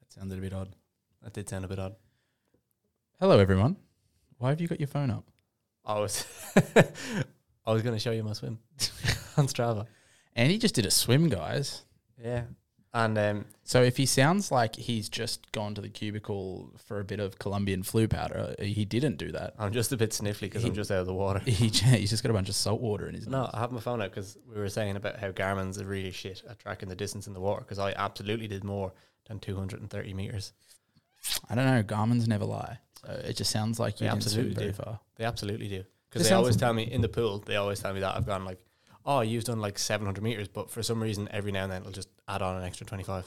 That sounded a bit odd. That did sound a bit odd. Hello, everyone. Why have you got your phone up? I was I was going to show you my swim on Strava. And he just did a swim, guys. Yeah. And um, So if he sounds like he's just gone to the cubicle for a bit of Colombian flu powder, uh, he didn't do that. I'm just a bit sniffly because I'm just out of the water. He j- he's just got a bunch of salt water in his nose. No, I have my phone out because we were saying about how Garmin's are really shit at tracking the distance in the water because I absolutely did more than 230 meters. I don't know. Garmin's never lie. So it just sounds like you Yeah, didn't swim absolutely very do. far. They absolutely do This because they sounds always tell me in the pool. They always tell me that I've gone like, oh, you've done like 700 meters, but for some reason, every now and then it'll just add on an extra 25.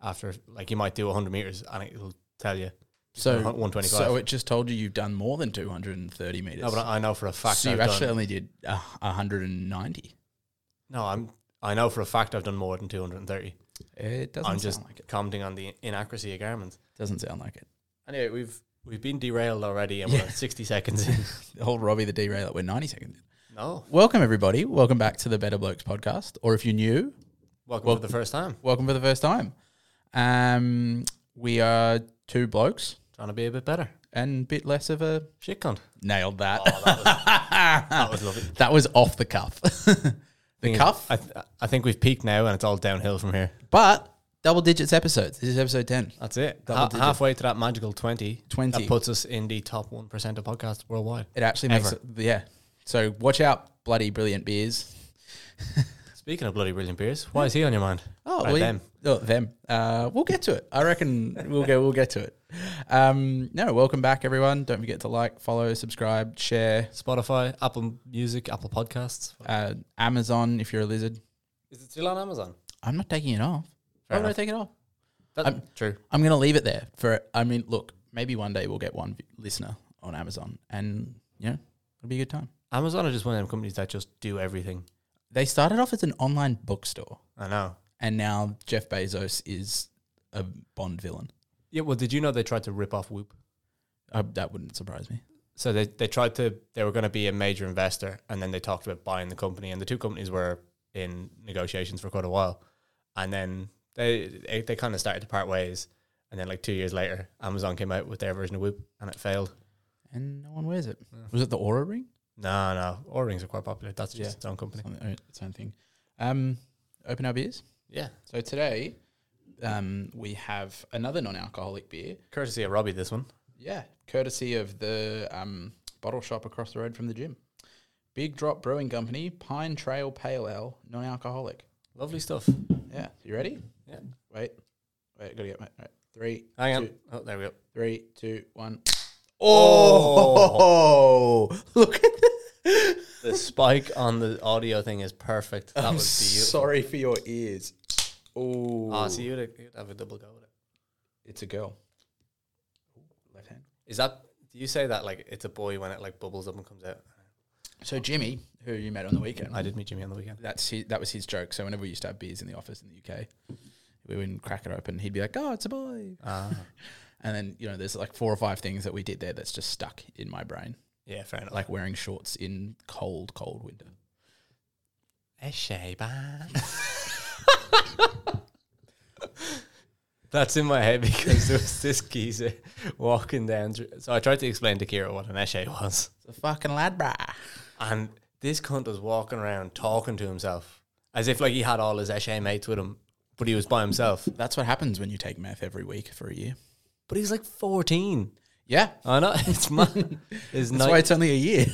After like you might do 100 meters and it'll tell you So 125. So it just told you you've done more than 230 meters. no, but I know for a fact. so you I've actually done, only did uh, 190. no, I'm. I know for a fact I've done more than 230. It doesn't I'm sound just like it. commenting on the inaccuracy of Garmin's. Doesn't sound like it. Anyway, we've we've been derailed already, and Yeah. we're at 60 seconds in. The whole Robbie the derailer. We're 90 seconds. in. no, Welcome everybody. Welcome back to the Better Blokes podcast. Or if you're new, welcome Well- for the first time. welcome for the first time. Um, we are two blokes Trying to be a bit better. and bit less of a Shit cunt. nailed that. Ah. That was lovely. that was off the cuff. the Thing is, cuff, I, th- I think we've peaked now, and it's all downhill from here. but double digits episodes. This is episode 10. That's it. Double Ha- digit. halfway to that magical 20. 20. That puts us in the top 1% of podcasts worldwide. It actually makes Ever. it, yeah. So watch out, bloody brilliant beers. Speaking of bloody brilliant beers, why is he on your mind? Oh, Right, we- them. Oh, them. Uh, we'll get to it. I reckon we'll go. We'll get to it. Um, no, welcome back, everyone. Don't forget to like, follow, subscribe, share. Spotify, Apple Music, Apple Podcasts. Uh, Amazon, if you're a lizard. Is it still on Amazon? I'm not taking it off. Fair Why would I enough. take it off? That, I'm- true. I'm going to leave it there for. I mean, look, maybe one day we'll get one v- listener on Amazon, and you know, it'll be a good time. Amazon are just one of them companies that just do everything. They started off as an online bookstore, I know. and now Jeff Bezos is a Bond villain. Yeah, well, did you know they tried to rip off Whoop? Uh, that wouldn't surprise me. So they, they tried to, they were going to be a major investor and then they talked about buying the company and the two companies were in negotiations for quite a while. And then they they, they kind of started to part ways. And then like two years later, Amazon came out with their version of Whoop and it failed. And no one wears it. Was it the Aura ring? No, no, O rings are quite popular. That's just Yeah. its own company. Something- uh, its own thing. Um, open our beers. Yeah. So today, um, we have another non-alcoholic beer. Courtesy of Robbie, this one. Yeah, courtesy of the um, bottle shop across the road from the gym. Big Drop Brewing Company Pine Trail Pale Ale, non-alcoholic. Lovely stuff. Yeah, you ready? Yeah. Wait, wait, gotta get my right. Three, Hang on. two- Oh, there we go. three, two, one. Oh! Oh, look at that. The spike on the audio thing is perfect. That I'm was beautiful. sorry for your ears. Oh, Ah, so you'd, you'd have a double go with it. It's a girl. Left hand. Is that, do you say that like it's a boy when it like bubbles up and comes out? So Jimmy, who you met on the weekend, I did meet Jimmy on the weekend. that's his, that was his joke. So whenever we used to have beers in the office in the UK, we wouldn't crack it open. He'd be like, "Oh, it's a boy," Ah, and then you know, there's like four or five things that we did there that's just stuck in my brain, yeah, fair enough. like wearing shorts in cold, cold winter. a That's in my head because there was this geezer walking down. thr- So I tried to explain to Kira what an esche was, It's a fucking lad, brah. and this cunt was walking around talking to himself as if like he had all his esche mates with him, but he was by himself. That's what happens when you take meth every week for a year. But he's like fourteen. Yeah, I know it's man. His that's why it's only a year.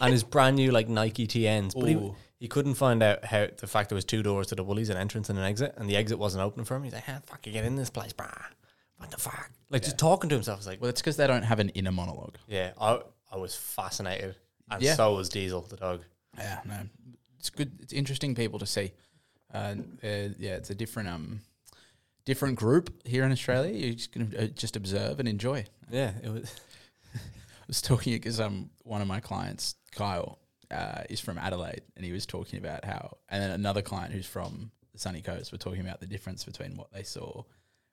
and his brand new like Nike TNs. But he, Ooh. he couldn't find out how the fact there was two doors to the Woolies, an entrance and an exit, and the exit wasn't open for him. He's like, "How the fuck you get in this place, brah? What the fuck?" Like just talking to himself. I was like, well, it's because they don't have an inner monologue. "Yeah, I I was fascinated, and Yeah. so was Diesel the dog." Yeah, no, it's good. It's interesting people to see. Uh, uh, yeah, it's a different um, different group here in Australia. You're just gonna uh, just observe and enjoy. I Yeah, it was. was talking because um, one of my clients, Kyle, uh, is from Adelaide, and he was talking about how, and then another client who's from the sunny coast were talking about the difference between what they saw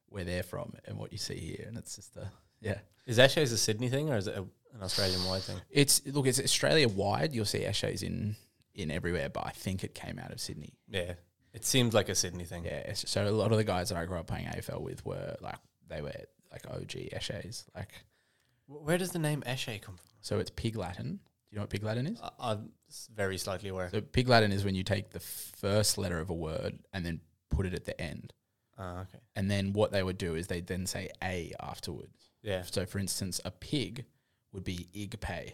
where they're from and what you see here, and it's just a yeah. Is Eshays a Sydney thing or is it a, an Australian wide thing? It's look, it's Australia wide. You'll see Eshays in in everywhere, but I think it came out of Sydney. Yeah, It seems like a Sydney thing. Yeah, it's just, so a lot of the guys that I grew up playing AFL with were like they were like OG Eshays. Like Wh- Where does the name Eshe come from? so, it's Pig Latin. Do you know what Pig Latin is? I, I'm s- very slightly aware. So Pig Latin is when you take the first letter of a word and then put it at the end. Ah, okay. And then what they would do is they'd then say a afterwards. Yeah. So for instance, a pig would be igpe,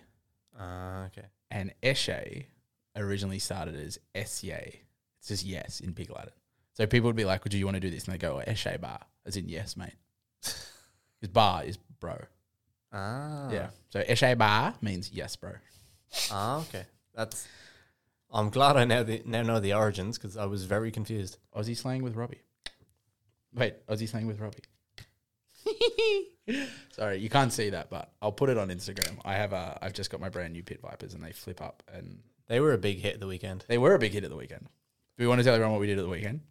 Ah, okay. and eshe originally started as esye. It's just yes in Pig Latin. So people would be like, "Would you want to do this?" And they go, "Eshe bar," as in yes, mate. Because bar is bro. Ah. Yeah. So eshe bar means yes, bro. Ah, okay. That's. I'm glad I now the, now know the origins because I was very confused. Aussie slang with Robbie. Wait, Aussie slang with Robbie. Sorry, you can't see that, but I'll put it on Instagram. I have a, I've just got my brand new Pit Vipers, and they flip up, and They were a big hit the weekend. they were a big hit at the weekend. Do we want to tell everyone what we did at the weekend?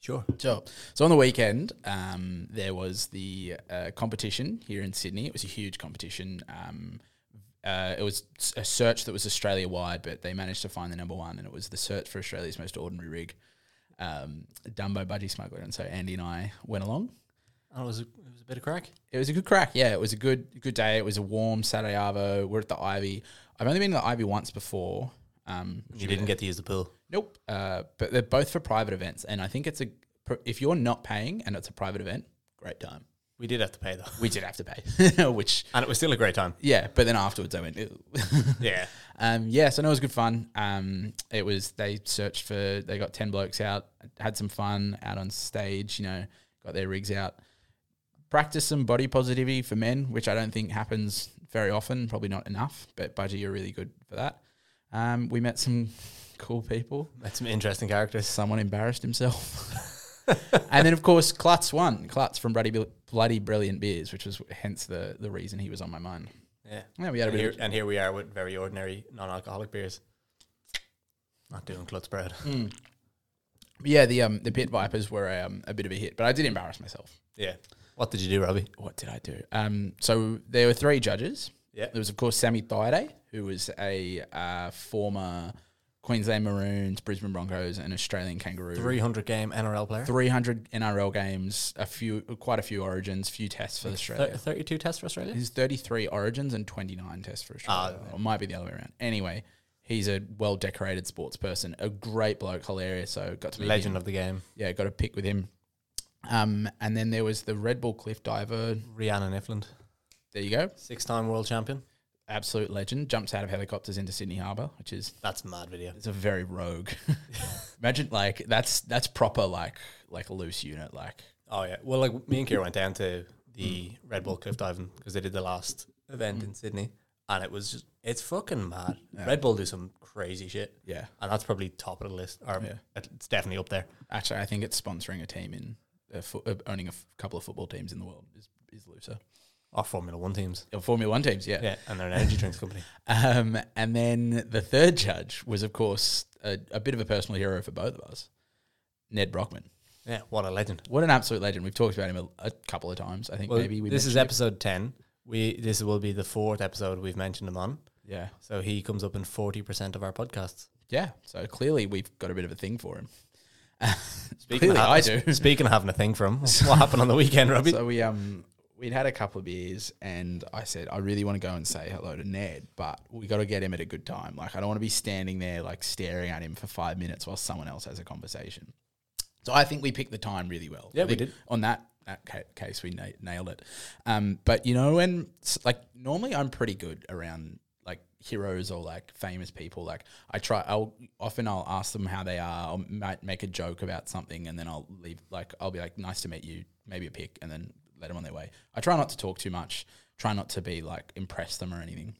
Sure. Sure. So on the weekend, um, there was the uh, competition here in Sydney. It was a huge competition. Um, uh, it was s- a search that was Australia wide, but they managed to find the number one, and it was the search for Australia's most ordinary rig, um, Dumbo Budgie Smuggler. And so Andy and I went along. And it was a, it was a bit of crack. It was a good crack. Yeah, it was a good good day. It was a warm Saturday arvo. We're at the Ivy. I've only been to the Ivy once before. Um, You didn't get to use the pool. Nope. Uh, but they're both for private events, and I think it's a if you're not paying and it's a private event, great time. We did have to pay though, We did have to pay, which and it was still a great time. yeah. But then afterwards, I went. "Ew." Yeah. um, yeah, so no, it was good fun. Um, it was they searched for they got ten blokes out, had some fun out on stage. You know, got their rigs out, practiced some body positivity for men, which I don't think happens very often. Probably not enough, but Budgie, you're really good for that. Um, we met some cool people Met some interesting characters. someone embarrassed himself. and then, of course, Klutz won. Klutz from Bloody, Bil- Bloody Brilliant Beers, which was hence the, the reason he was on my mind. Yeah. Yeah, we had a And bit here, of, and here we are with very ordinary non-alcoholic beers. Not doing klutz bread. yeah, the um the Pit Vipers were um, a bit of a hit, but I did embarrass myself. Yeah. What did you do, Robbie? What did I do? Um, so there were three judges. Yeah. There was, of course, Sammy Thaiday, who was a uh, former Queensland Maroons, Brisbane Broncos, and Australian Kangaroo. 300 game NRL player. 300 NRL games, a few, quite a few origins, few tests for Australia. 32 tests for Australia. He's 33 Origins and 29 Tests for Australia. or it might be the other way around. Anyway, he's a well decorated sports person, a great bloke, hilarious. So got to meet Legend him. of the game. Yeah, got a pick with him. Um, and then there was the Red Bull cliff diver. Rhiannon Ifland. There you go, Six-time world champion. absolute legend. Jumps out of helicopters into Sydney Harbour, which is That's a mad video. it's a very rogue. Imagine like that's that's proper like like a loose unit like. Oh yeah. Well, like me and Kira went down to the Hmm. Red Bull cliff diving because they did the last event in Sydney, and it was just it's fucking mad. Red Bull do some crazy shit. Yeah. and that's probably top of the list, or Yeah. it- it's definitely up there. Actually, I think it's sponsoring a team in uh, fo- uh, owning a f- couple of football teams in the world is is looser. Our Formula One teams. Or Formula One teams, yeah. Yeah, and they're an energy drinks company. Um, and then the third judge was, of course, a, a bit of a personal hero for both of us, Ned Brockman. Yeah, what a legend. What an absolute legend! We've talked about him a, a couple of times. I think Well, maybe we this is mentioned episode ten. We this will be the fourth episode we've mentioned him on. it. yeah, So he comes up in forty percent of our podcasts. yeah. So clearly we've got a bit of a thing for him. of clearly, I having- do. Speaking of having a thing for him, what happened on the weekend, Robbie? So we um we'd had a couple of beers, and I said I really want to go and say hello to Ned, but we got to get him at a good time. Like I don't want to be standing there like staring at him for five minutes while someone else has a conversation. So I think we picked the time really well. Yeah, I we think did. On that that ca- case, we na- nailed it. Um, but you know when s- like normally I'm pretty good around like heroes or like famous people. Like I try, I'll often I'll ask them how they are. I'll might make a joke about something and then I'll leave. Like I'll be like, nice to meet you, maybe a pic, and then let them on their way. I try not to talk too much. Try not to be like impress them or anything.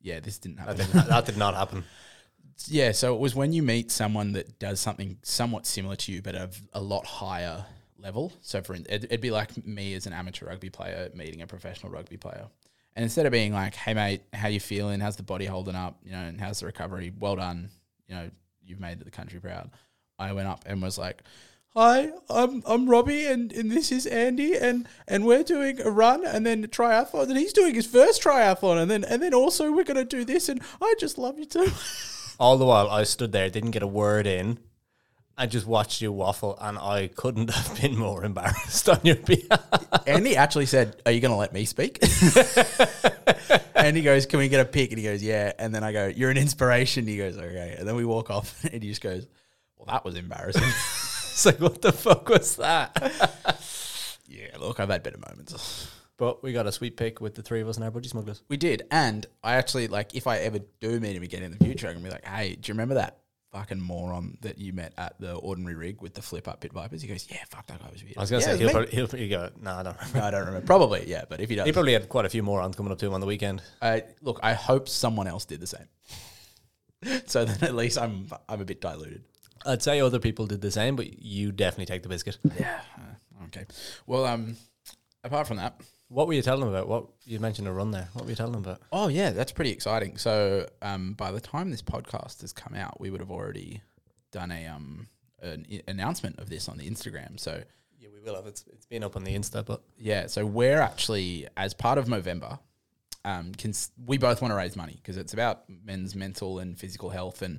Yeah, this didn't happen that did not happen. yeah, so it was when you meet someone that does something somewhat similar to you, but of a lot higher level. So for in- it'd, it'd be like me as an amateur rugby player meeting a professional rugby player, and instead of being like, "Hey mate, how you feeling? How's the body holding up? You know, and how's the recovery? Well done. You know, you've made the country proud." I went up and was like. Hi, I'm I'm Robbie, and, and this is Andy, and, and we're doing a run, and then a triathlon, and he's doing his first triathlon, and then and then also we're gonna do this, and I just love you too. All the while, I stood there, didn't get a word in, I just watched you waffle, and I couldn't have been more embarrassed on your behalf. Andy actually said, "Are you going to let me speak?" and he goes, "Can we get a pic?" And he goes, "Yeah." And then I go, "You're an inspiration." He goes, "Okay." And then we walk off, and he just goes, "Well, that was embarrassing." It's like, what the fuck was that? yeah, look, I've had better moments. But we got a sweet pick with the three of us and our budgie smugglers. We did, and I actually like if I ever do meet him again in the future, I'm gonna be like, "Hey, do you remember that?" Fucking moron that you met at the ordinary rig with the flip up pit vipers. He goes, Yeah, fuck that guy was weird. I was gonna Yeah, say it he'll me." probably, he'll probably go. No, I don't remember. No, I don't remember. Probably, yeah, but if he does, He probably had quite a few morons coming up to him on the weekend. I look, I hope someone else did the same. so then at least I'm I'm a bit diluted. I'd say other people did the same, but you definitely take the biscuit. Yeah. Uh, okay. Well, um, apart from that, What were you telling them about? What you mentioned a run there. What were you telling them about? oh yeah, that's pretty exciting. So, um, by the time this podcast has come out, we would have already done a um an i- announcement of this on the Instagram. So Yeah, we will have. It's it's been up on the Insta, but yeah, so we're actually as part of Movember. Um, cons- we both want to raise money because it's about men's mental and physical health, and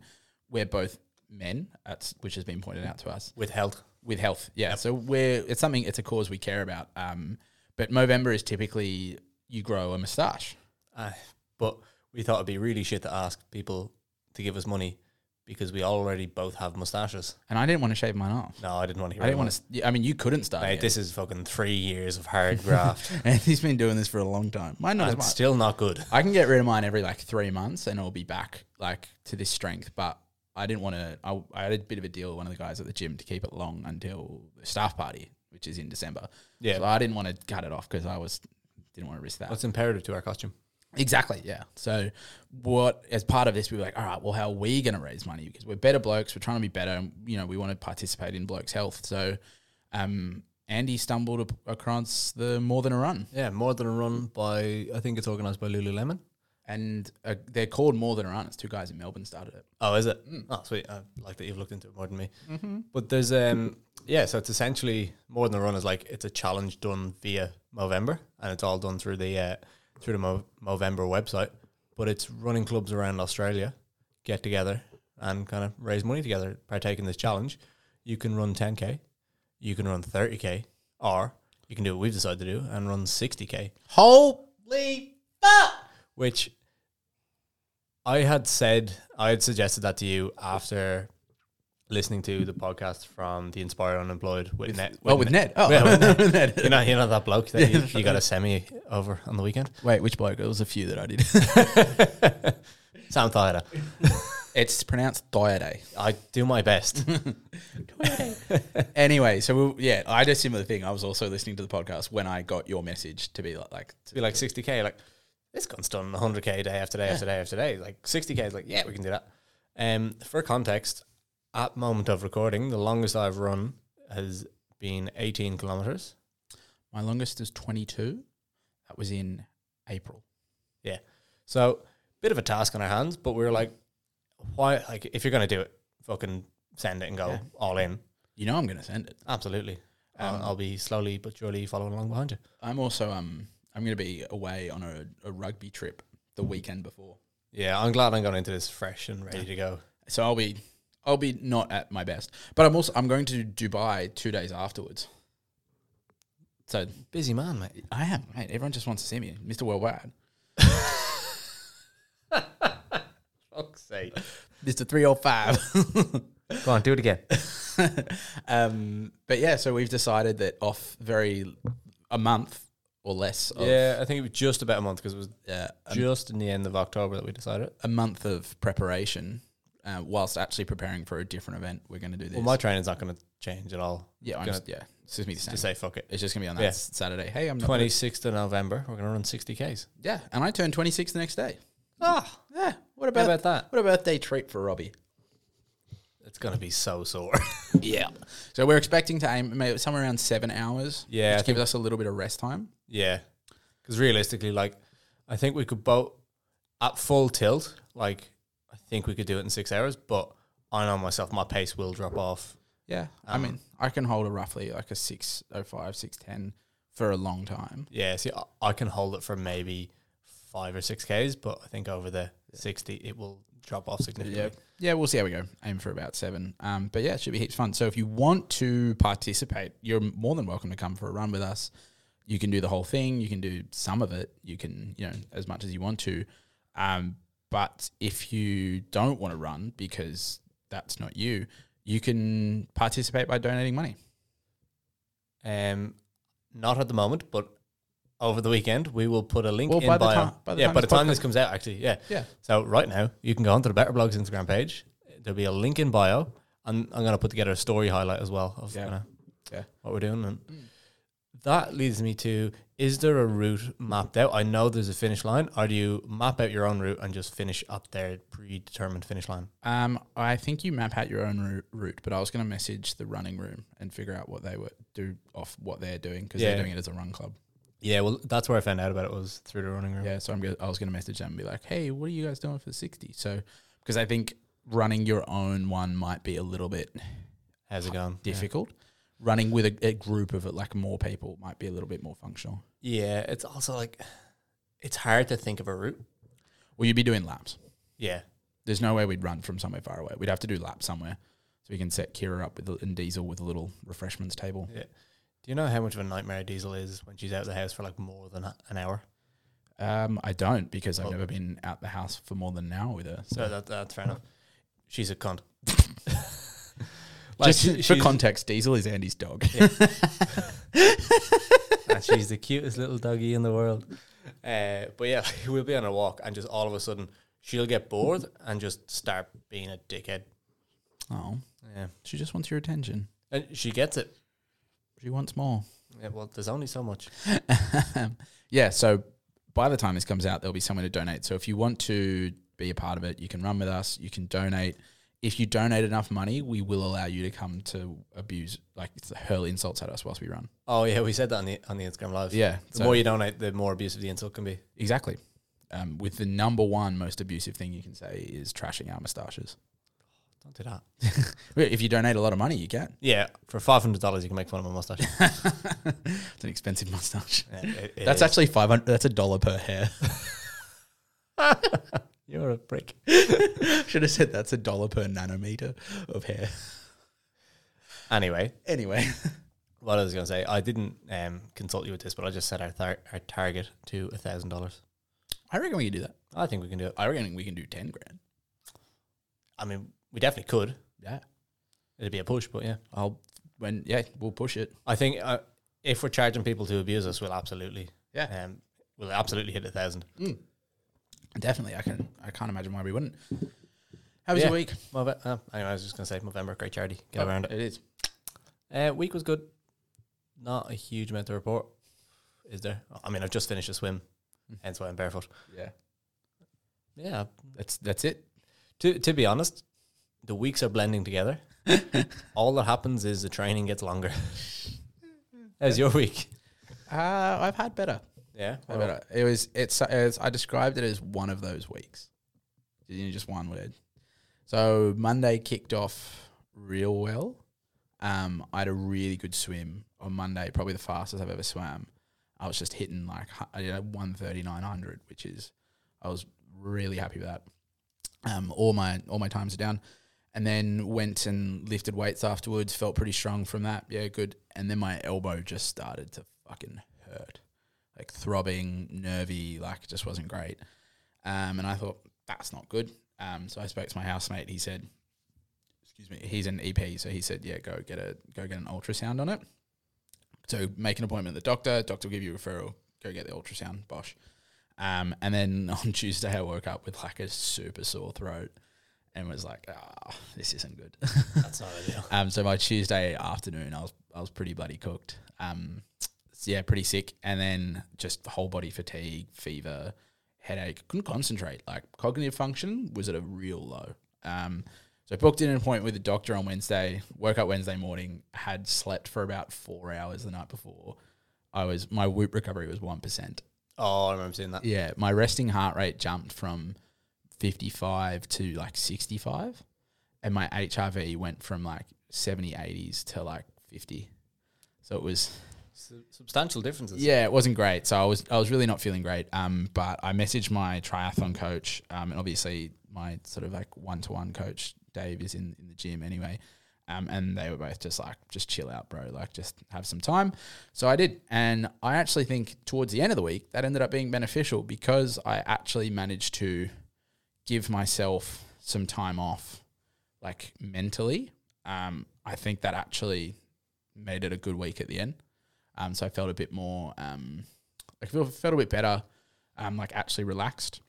we're both men, that's, which has been pointed out to us. with health. with health. Yeah. So we're it's something it's a cause we care about. Um, but Movember is typically you grow a moustache. Uh, but we thought it'd be really shit to ask people to give us money because we already both have mustaches. And I didn't want to shave mine off. No, I didn't want to hear. I didn't want to. I mean, you couldn't start. Mate, yet. this is fucking three years of hard graft. and he's been doing this for a long time. Mine not as it's much. still not good. I can get rid of mine every like three months, and I'll be back like to this strength. But I didn't want to. I, I had a bit of a deal with one of the guys at the gym to keep it long until the staff party, which is in December. Yeah. So I didn't want to cut it off because I was didn't want to risk that. That's imperative to our costume. Exactly. Yeah. So, what as part of this, we were like, all right, well, how are we going to raise money? Because we're better blokes. We're trying to be better. And, you know, we want to participate in blokes' health. So, um, Andy stumbled ap- across the More Than a Run, Yeah, more than a run by I think it's organised by Lululemon. and uh, they're called More Than a Run. It's two guys in Melbourne started it. Oh, is it? Oh, sweet. I like that you've looked into it more than me. But there's um yeah, so it's essentially more than a run is like it's a challenge done via Movember, and it's all done through the uh, through the Mo- Movember website. But it's running clubs around Australia get together and kind of raise money together, partake in this challenge. You can run 10k, you can run 30k, or you can do what we've decided to do and run 60k Holy fuck! which I had said, I had suggested that to you after listening to the podcast from the Inspired Unemployed with, Ned. Oh, with Ned. Oh, Yeah, with Ned. with Ned. You know, you know that bloke that you, you got a semi over on the weekend? Wait, which bloke? It was a few that I did. Sam Thaida. it's pronounced Diade. I do my best. Anyway, so we, yeah, I did a similar thing. I was also listening to the podcast when I got your message to be like, like to be like 60k, like this gun's done 100k day after day after day after day. Like 60k is like, yeah, we can do that. Um, for context, at moment of recording, the longest I've run has been 18 kilometers. My longest is 22. That was in April. Yeah. So bit of a task on our hands, but we were like, why? Like, if you're gonna do it, fucking send it and go all in. You know I'm going to send it. Absolutely. Um, I'll be slowly but surely following along behind you. I'm also um I'm going to be away on a, a rugby trip the weekend before. Yeah, I'm glad I'm going into this fresh and ready to go. So I'll be I'll be not at my best. But I'm also I'm going to Dubai 2 days afterwards. So Busy man, mate. I am, mate. Everyone just wants to see me, Mr. Worldwide. Fuck's sake. Mr. 305. Go on, do it again. um but yeah, so we've decided that off very a month or less of yeah, I think it was just about a month because it was uh, a just in the end of October that we decided. it. a month of preparation uh, whilst actually preparing for a different event. We're going to do this. Well, my training's not going to change at all. yeah, I'm gonna- just, yeah. It's just me the same. Just say fuck it. It's just going to be on that Yeah. s- Saturday. Hey, I'm not 26th of November, we're going to run 60Ks. Yeah, and I turn 26 the next day. Ah, Yeah. What how about, about that? what a birthday treat for Robbie? It's going to be so sore. Yeah. So we're expecting to aim maybe somewhere around seven hours. Yeah, I Which gives us a little bit of rest time. Yeah, because realistically, like, I think we could both at full tilt. Like, I think we could do it in six hours, but I know myself, my pace will drop off. Yeah. Um, I mean, I can hold a roughly like a 605, 610 for a long time. Yeah, see, I, I can hold it for maybe five or six k's, but I think over the sixty, it will drop off significantly. Yeah. Yeah, we'll see how we go. Aim for about seven. Um, but yeah, it should be heaps fun. So if you want to participate, you're more than welcome to come for a run with us. You can do the whole thing. You can do some of it. You can, you know, as much as you want to. Um, but if you don't want to run because that's not you, you can participate by donating money. Um, not at the moment, but over the weekend we will put a link Well, in by the bio. time- by the yeah, time by the this time this comes out, actually, yeah. Yeah. So right now you can go onto the Better Blogs Instagram page. There'll be a link in bio, and I'm gonna put together a story highlight as well of Yeah. kinda Yeah. what we're doing. And that leads me to: Is there a route mapped out? I know there's a finish line, or do you map out your own route and just finish up their predetermined finish line? Um, I think you map out your own rou- route, but I was going to message the running room and figure out what they would do off what they're doing because Yeah. they're doing it as a run club. Yeah, well, that's where I found out about it was through the running room. Yeah, so I'm go- I was going to message them and be like, "Hey, what are you guys doing for 60?" So because I think running your own one might be a little bit How's it going? Yeah. difficult. Running with a, a group of like more people might be a little bit more functional. Yeah, it's also like it's hard to think of a route. Well, you'd be doing laps. Yeah, There's no way we'd run from somewhere far away. We'd have to do laps somewhere. So we can set Kira up with a, and Diesel with a little refreshments table. yeah. Do you know how much of a nightmare Diesel is when she's out of the house for like more than a- an hour? Um, I don't because I've Well- never been out the house for more than an hour with her. So So that, that's fair enough. She's a cunt. just she- for she's- context, Diesel is Andy's dog. and she's the cutest little doggy in the world. Uh, but yeah, like, we'll be on a walk, and just all of a sudden, she'll get bored and just start being a dickhead. oh, Yeah, she just wants your attention. and she gets it. She wants more. Yeah, well, there's only so much. yeah, so by the time this comes out, there'll be somewhere to donate. So if you want to be a part of it, you can run with us. You can donate. If you donate enough money, we will allow you to come to abuse, like hurl insults at us whilst we run. Oh yeah, we said that on the on the Instagram live. Yeah, the so- more you donate, the more abusive the insult can be. exactly. Um, with the number one most abusive thing you can say is trashing our moustaches. Don't do that. If you donate a lot of money, you get. Yeah, for five hundred dollars, you can make fun of my mustache. It's an expensive moustache. Yeah, it- it That's is. actually five hundred. That's a dollar per hair. you're a prick. Should have said that's a dollar per nanometer of hair. Anyway, Anyway, what I was going to say, I didn't um, consult you with this, but I just set our tar- our target to a thousand dollars. I reckon we can do that. I think we can do it. I reckon we can do ten grand. I mean, we definitely could. Yeah, It'd be a push, but yeah, I'll when yeah we'll push it. I think uh, if we're charging people to abuse us, we'll absolutely Yeah, um, we'll absolutely hit a thousand. definitely. I can. I can't imagine why we wouldn't. How was Yeah. your week? Oh, Move- uh, anyway, I was just going to say November, great charity, get around it. It is. Uh, week was good. Not a huge amount to report, is there? I mean, I've just finished a swim, hence why I'm barefoot. Yeah, Yeah, that's that's it. To to be honest, the weeks are blending together. All that happens is the training gets longer. How's your week? Oh. Uh, I've had better. Yeah. I've had better. It was. It's. As I described it as one of those weeks. You know, just one word. So Monday kicked off real well. Um, I had a really good swim on Monday, probably the fastest I've ever swam. I was just hitting like hu- you know one thirty nine hundred, which is I was really happy with that. Um, all my all my times are down, and then went and lifted weights afterwards. Felt pretty strong from that. Yeah, good. And then my elbow just started to fucking hurt, like throbbing, nervy, like just wasn't great. Um, and I thought that's not good. Um, so I spoke to my housemate. He said, "Excuse me." He's an EP, so he said, "Yeah, go get a go get an ultrasound on it." So make an appointment with the doctor. Doctor will give you a referral. Go get the ultrasound. Bosh. Um, and then on Tuesday, I woke up with like a super sore throat and was like, ah, this isn't good. That's not ideal. Um, so by Tuesday afternoon, I was I was pretty bloody cooked. Um, so yeah, pretty sick, and then just whole body fatigue, fever, headache. Couldn't concentrate. Like cognitive function was at a real low. Um, so I booked in an appointment with the doctor on Wednesday. Woke up Wednesday morning, had slept for about four hours the night before. I was my whoop recovery was one percent. Oh, I remember seeing that. Yeah, my resting heart rate jumped from 55 to like 65 and my HRV went from like 70 80s to like 50. So it was Sub- substantial differences. yeah, it wasn't great. So I was I was really not feeling great. Um, but I messaged my triathlon coach, um, and obviously my sort of like one to one coach Dave is in in the gym anyway. Um, and they were both just like, just chill out, bro. Like, just have some time. So I did. And I actually think towards the end of the week, that ended up being beneficial because I actually managed to give myself some time off, like mentally. Um, I think that actually made it a good week at the end. Um, so I felt a bit more, um, I felt, felt a bit better, um, like actually relaxed.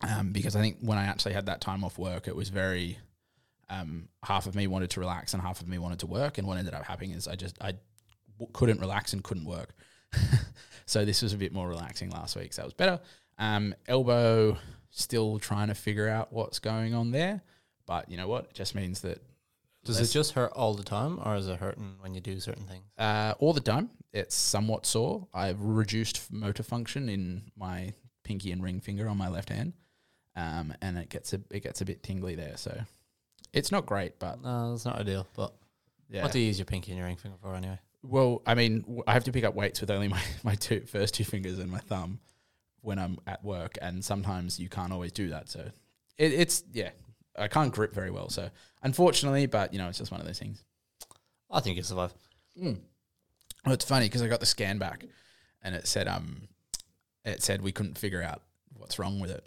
Um, because I think when I actually had that time off work, it was very, um, half of me wanted to relax and half of me wanted to work. And what ended up happening is I just, I w- couldn't relax and couldn't work. so this was a bit more relaxing last week. So that was better. Um, elbow, still trying to figure out what's going on there. But you know what? It just means that Does Less- it just hurt all the time, or is it hurting when you do certain things? Uh, all the time, it's somewhat sore. I've reduced f- motor function in my pinky and ring finger on my left hand, um, and it gets a it gets a bit tingly there. So it's not great, but No, it's not ideal. But yeah. what do you use your pinky and your ring finger for anyway? well, I mean, w- I have to pick up weights with only my my two first two fingers and my thumb when I'm at work, and sometimes you can't always do that. So it, it's yeah, I can't grip very well. So unfortunately, but you know, it's just one of those things. I think you survive. Mm. Well, it's funny because I got the scan back, and it said um, it said we couldn't figure out what's wrong with it.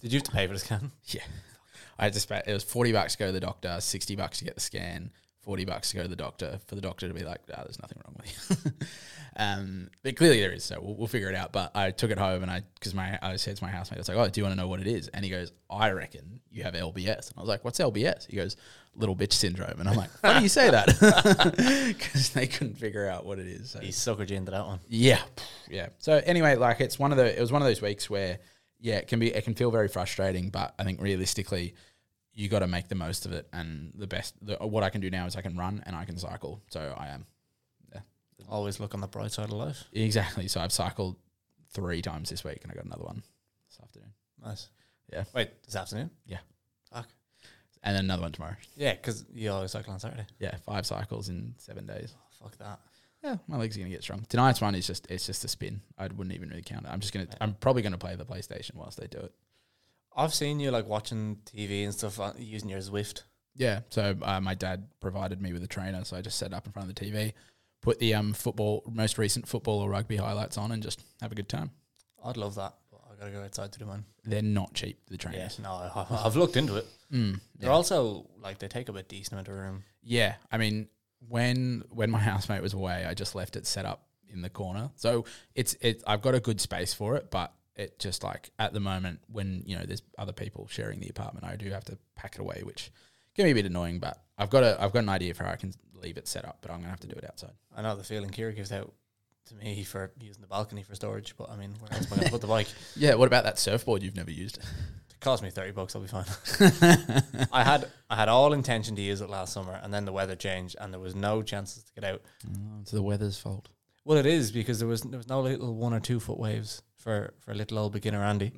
Did you have to pay for the scan? I had to spend it was forty bucks to go to the doctor, sixty bucks to get the scan, forty bucks to go to the doctor for the doctor to be like, ah, there's nothing wrong with you. um, but clearly there is, so we'll, we'll figure it out. But I took it home and I because my I said to my housemate, I was like, oh, do you want to know what it is? And he goes, I reckon you have LBS. And I was like, what's LBS? He goes, little bitch syndrome. And I'm like, why do you say that? Because they couldn't figure out what it is. So. He suckered you into that one. Yeah, yeah. So anyway, like it's one of the it was one of those weeks where yeah, it can be it can feel very frustrating, but I think realistically you got to make the most of it and the best the, what I can do now is I can run and I can cycle. So I am Always look on the bright side of life. exactly. So I've cycled 3 times this week and I got another one this afternoon. Nice. Yeah. Wait, this afternoon? And then another one tomorrow. Yeah, because you always cycle on Saturday. Yeah, five cycles in 7 days. Oh, fuck that. Yeah, my legs are going to get strong. Tonight's one is just it's just a spin. I wouldn't even really count it. I'm just going to I'm probably going to play the PlayStation whilst they do it. I've seen you like watching TV and stuff on, using your Zwift. Yeah. So uh, my dad provided me with a trainer, so I just set it up in front of the TV, put the um football most recent football or rugby highlights on, and just have a good time. I'd love that, but I gotta go outside to do mine. They're not cheap, the Yeah, trainers. no, I, I've looked into it. Yeah. Mm, They're yeah. also like they take up a decent amount of room. yeah. I mean, when when my housemate was away, I just left it set up in the corner. So it's it. I've got a good space for it, but it just like at the moment when you know there's other people sharing the apartment, I do have to pack it away, which can be a bit annoying. But I've got a I've got an idea for how I can leave it set up, but I'm gonna have to do it outside. I know the feeling Kira gives out to me for using the balcony for storage, but I mean, where else am I gonna put the bike? Yeah, what about that surfboard you've never used? It cost me thirty bucks. I'll be fine. I had I had all intention to use it last summer, and then the weather changed, and there was no chances to get out. it's the weather's fault. Well, it is because there was there was no little one or two foot waves for for little old beginner Andy.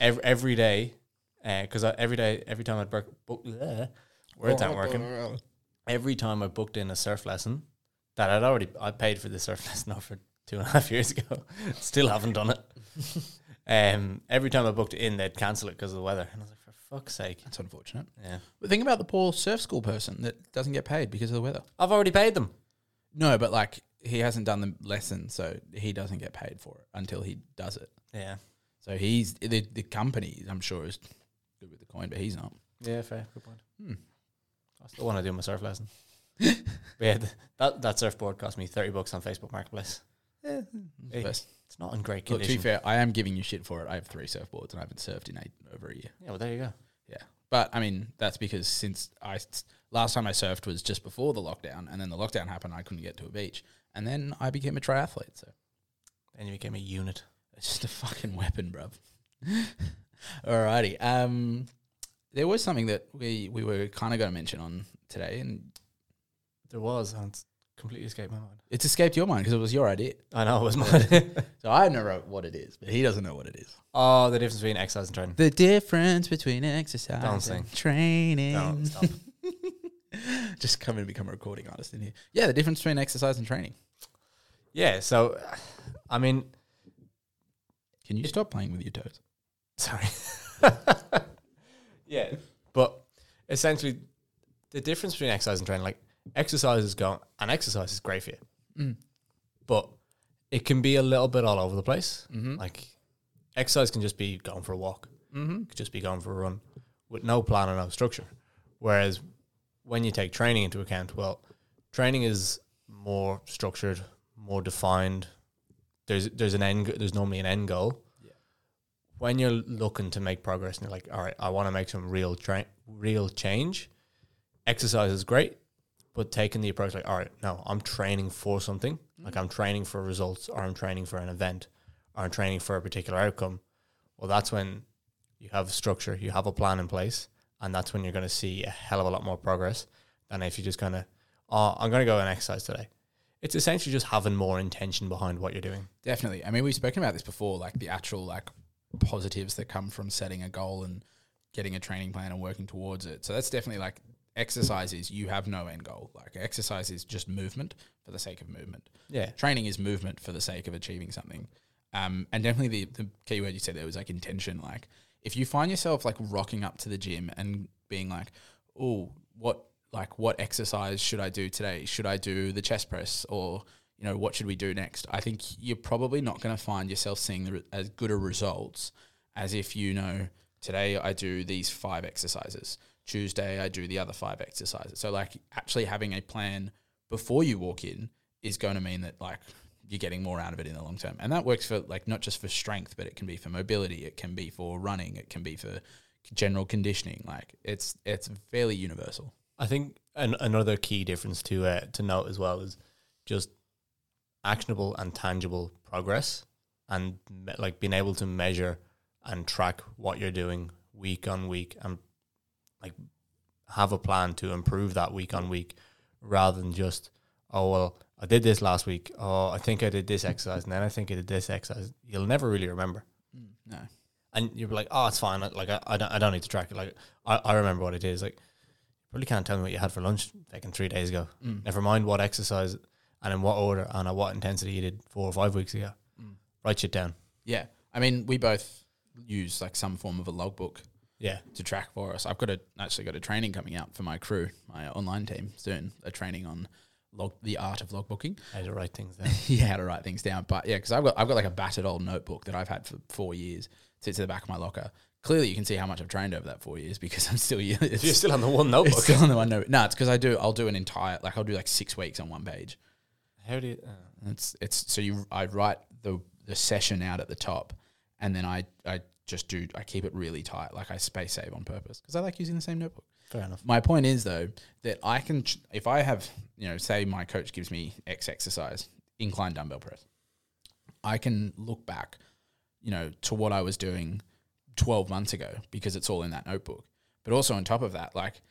Every every day, because I every day every time I'd work, book, bleh, words aren't working. Every time I booked in a surf lesson that I'd already I paid for the surf lesson over two and a half years ago, still haven't done it. um, every time I booked it in, they'd cancel it because of the weather, and I was like, for fuck's sake, That's unfortunate. yeah, But think about the poor surf school person that doesn't get paid because of the weather. I've already paid them. No, but like he hasn't done the lesson, so he doesn't get paid for it until he does it. Yeah, So he's the, the company, I'm sure, is good with the coin, but he's not. yeah, fair, good point. Hmm. I still want to do my surf lesson. But yeah, th- that that surfboard cost me thirty bucks on Facebook Marketplace. Yeah. Hey, It's not in great Look, to be condition. fair, I am giving you shit for it. I have three surfboards and I haven't surfed in eight over a year. yeah, well there you go. Yeah. But I mean, that's because since I last time I surfed was just before the lockdown, and then the lockdown happened, I couldn't get to a beach, and then I became a triathlete. So And you became a unit. it's just a fucking weapon, bruv. Alrighty. Um, there was something that we we were kind of going to mention on today, and There was, and it's completely escaped my mind. it's escaped your mind because it was your idea. I know it was mine. So I know what it is, but he doesn't know what it is. oh, the difference between exercise and training. The difference between exercise Don't sing. and training. No, stop. Just come and become a recording artist in here. Yeah, the difference between exercise and training. yeah, so I mean Can you stop playing with your toes? sorry. Yeah. But essentially, the difference between exercise and training, like exercise is going, and exercise is great for you. But it can be a little bit all over the place. Like exercise can just be going for a walk, mm-hmm. could just be going for a run with no plan and no structure. Whereas when you take training into account, well, training is more structured, more defined. There's there's an end. There's normally an end goal when you're looking to make progress and you're like, all right, I want to make some real tra- real change, exercise is great, but taking the approach like, all right, no, I'm training for something, like I'm training for results, or I'm training for an event, or I'm training for a particular outcome. Well, that's when you have structure, you have a plan in place, and that's when you're going to see a hell of a lot more progress than if you just kind of, oh, I'm going to go and exercise today. It's essentially just having more intention behind what you're doing. Definitely. I mean, we've spoken about this before, like the actual like positives that come from setting a goal and getting a training plan and working towards it. So that's definitely like exercise is you have no end goal. Like exercise is just movement for the sake of movement. Yeah. Training is movement for the sake of achieving something. Um, and definitely the, the key word you said there was like intention. Like if you find yourself like rocking up to the gym and being like, oh, what like what exercise should I do today? Should I do the chest press or you know what should we do next? I think you're probably not going to find yourself seeing the, re- as good a results as if you know today I do these five exercises. Tuesday I do the other five exercises. So like actually having a plan before you walk in is going to mean that like you're getting more out of it in the long term. And that works for like not just for strength, but it can be for mobility, it can be for running, it can be for general conditioning. Like it's it's fairly universal. I think an, another key difference to uh, to note as well is just actionable and tangible progress, and me- like being able to measure and track what you're doing week on week, and like have a plan to improve that week on week, rather than just oh well I did this last week, oh I think I did this exercise, and then I think I did this exercise. You'll never really remember No. and you're like, oh, it's fine. Like I, I don't, I don't need to track it. Like I, I remember what it is. Like probably can't tell me what you had for lunch fucking three days ago. Never mind what exercise and in what order and at what intensity you did four or five weeks ago. Write shit down. Yeah. I mean, we both use like some form of a logbook Yeah, to track for us. I've got a actually got a training coming out for my crew, my online team soon. A training on log the art of logbooking. how to write things down. yeah, how to write things down. But yeah, because I've got I've got like a battered old notebook that I've had for four years. Sits at the back of my locker. Clearly, you can see how much I've trained over that four years because I'm still it's, you're still on the one it's notebook. still on the one note. No, it's because I do I'll do an entire like I'll do like six weeks on one page. How do you? Uh, It's it's so you I write the the session out at the top, and then I I just do I keep it really tight. Like I space save on purpose because I like using the same notebook. fair enough. My point is though that I can ch- if I have you know say my coach gives me X exercise incline dumbbell press, I can look back, you know, to what I was doing twelve months ago because it's all in that notebook. But also on top of that, like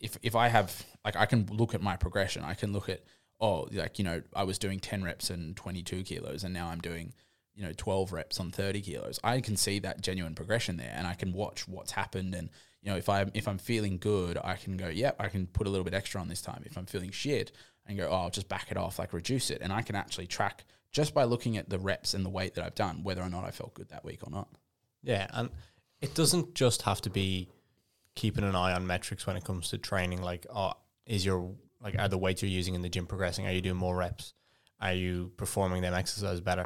if if I have like I can look at my progression, I can look at oh like you know I was doing ten reps and twenty two kilos, and now I'm doing you know twelve reps on thirty kilos. I can see that genuine progression there, and I can watch what's happened. And you know if I am if I'm feeling good, I can go yep, I can put a little bit extra on this time. If I'm feeling shit, and go oh I'll just back it off, like reduce it, and I can actually track just by looking at the reps and the weight that I've done whether or not I felt good that week or not. Yeah, and it doesn't just have to be keeping an eye on metrics when it comes to training. Like, oh, is your like are the weights you're using in the gym progressing? Are you doing more reps? Are you performing them exercise better?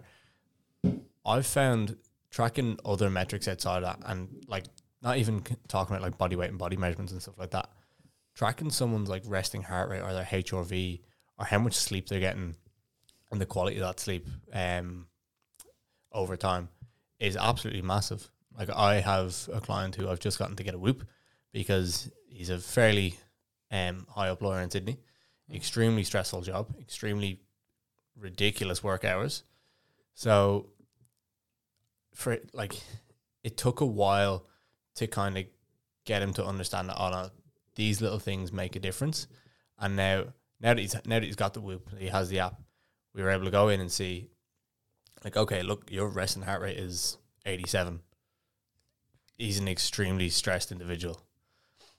I've found tracking other metrics outside of that, and like not even c- talking about like body weight and body measurements and stuff like that. Tracking someone's like resting heart rate or their HRV or how much sleep they're getting and the quality of that sleep um, over time is absolutely massive. Like I have a client who I've just gotten to get a whoop because he's a fairly um, high up lawyer in Sydney, extremely stressful job, extremely ridiculous work hours. So for it, like it took a while to kind of get him to understand that oh no, these little things make a difference. And now now that he's now that he's got the whoop, he has the app, we were able to go in and see like, okay, look, your resting heart rate is 87. He's an extremely stressed individual.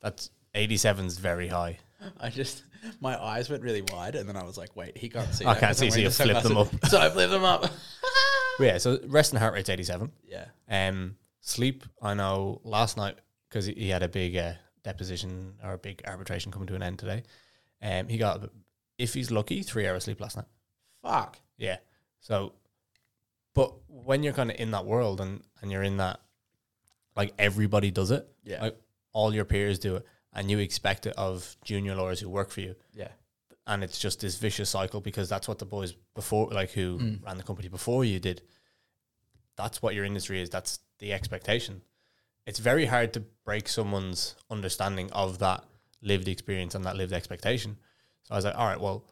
That's 87 is very high. I just my eyes went really wide, and then I was like, "Wait, he can't see." I that can't 'cause see, I'm so you wearing the flip them sunglasses." So I flipped them up. But yeah, so resting heart rate's 87. yeah, Um, sleep, I know last night because he, he had a big uh, deposition or a big arbitration coming to an end today. Um, he got, if he's lucky, three hours sleep last night. Fuck. Yeah. So, but when you're kind of in that world and and you're in that, like everybody does it, Yeah. Like, all your peers do it, and you expect it of junior lawyers who work for you, yeah. and it's just this vicious cycle because that's what the boys before, like who Mm. ran the company before you did. That's what your industry is. That's the expectation. It's very hard to break someone's understanding of that lived experience and that lived expectation. So I was like, all right, well,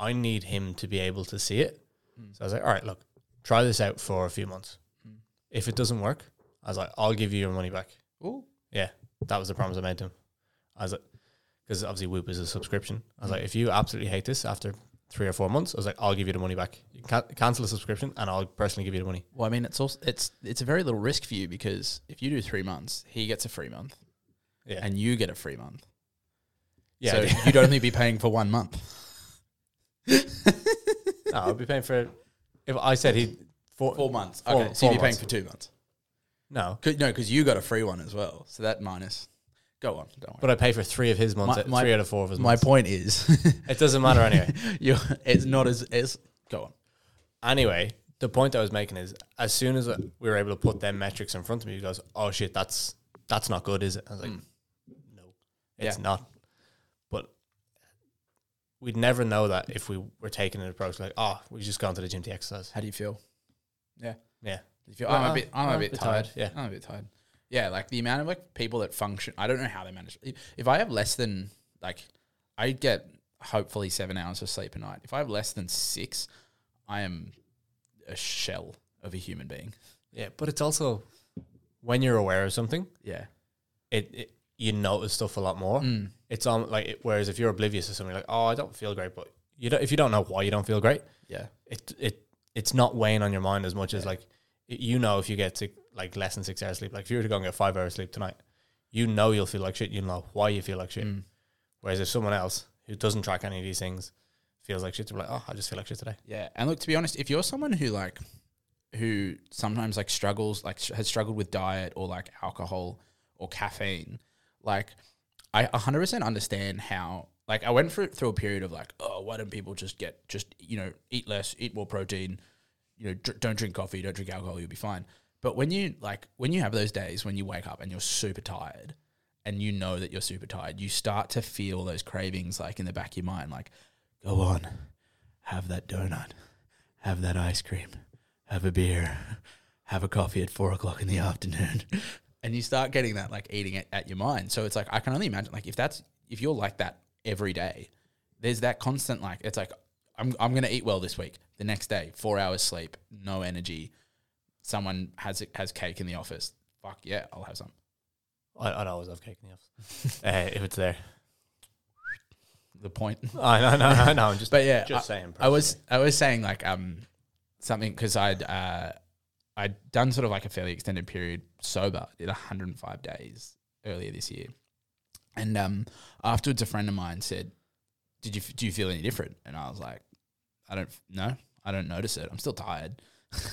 I need him to be able to see it. Mm. So I was like, all right, look, try this out for a few months. Mm. If it doesn't work, I was like, I'll give you your money back. Ooh. That was the promise I made to him. I was like, because obviously Whoop is a subscription. I was like, if you absolutely hate this after three or four months, I was like, I'll give you the money back. You can can- cancel the subscription and I'll personally give you the money. Well, I mean, it's also it's it's a very little risk for you because if you do three months, he gets a free month, Yeah. and you get a free month. yeah. so I you'd only be paying for one month. did. no, I'll be paying for If I said he, four, Four months. Four- Okay, so you'd be paying four months. for two months. no, 'Cause- no, because you got a free one as well. So that minus. Go on. Don't worry. but I pay for three of his months, uh, My- my- three out of four of his My months. point is, it doesn't matter anyway. you it's not as as go on. anyway, the point I was making is as soon as we were able to put them metrics in front of me, he goes, "Oh shit, that's that's not good, is it?" I was like, "No, it's Yeah. not." But we'd never know that if we were taking an approach like, "Oh, we've just gone to the gym to exercise." How do you feel? Yeah. Yeah. You feel, Well, I'm uh, a bit. I'm I'm a bit tired. yeah. I'm a bit tired. Yeah, like the amount of like people that function. I don't know how they manage. if- If I have less than like, I get hopefully seven hours of sleep a night. If I have less than six, I am a shell of a human being. Yeah, but it's also when you're aware of something, Yeah. it, it you notice stuff a lot more. Mm. It's on like it, whereas if you're oblivious to something, like, "Oh, I don't feel great," but you don't, if you don't know why you don't feel great, Yeah. it it it's not weighing on your mind as much as like y- you know if you get to like less than six hours sleep. Like if you were to go and get five hours sleep tonight, you know you'll feel like shit. You'll know why you feel like shit. Mm. Whereas if someone else who doesn't track any of these things feels like shit, they're like, oh, I just feel like shit today. Yeah, and look, to be honest, if you're someone who like, who sometimes like struggles, like sh- has struggled with diet or like alcohol or caffeine, like I 100% understand how. Like I went through through a period of like, oh, why don't people just get just you know eat less, eat more protein, you know, dr- don't drink coffee, don't drink alcohol, you'll be fine. But when you like when you have those days when you wake up and you're super tired, and you know that you're super tired, you start to feel those cravings like in the back of your mind, like, go on, have that donut, have that ice cream, have a beer, have a coffee at four o'clock in the afternoon. And you start getting that like eating it at your mind. So it's like I can only imagine like if that's if you're like that every day, there's that constant like it's like I'm I'm gonna eat well this week. The next day, four hours sleep, no energy. Someone has has cake in the office. Fuck yeah, I'll have some. I, I'd always have cake in the office uh, if it's there. The point. I know, no, no, no. I'm just But yeah, just I, saying. I was I was saying like um something because I'd uh I'd done sort of like a fairly extended period sober, did 105 days earlier this year, and um afterwards a friend of mine said, "Did you f- do you feel any different?" And I was like, "I don't f- no, I don't notice it. I'm still tired."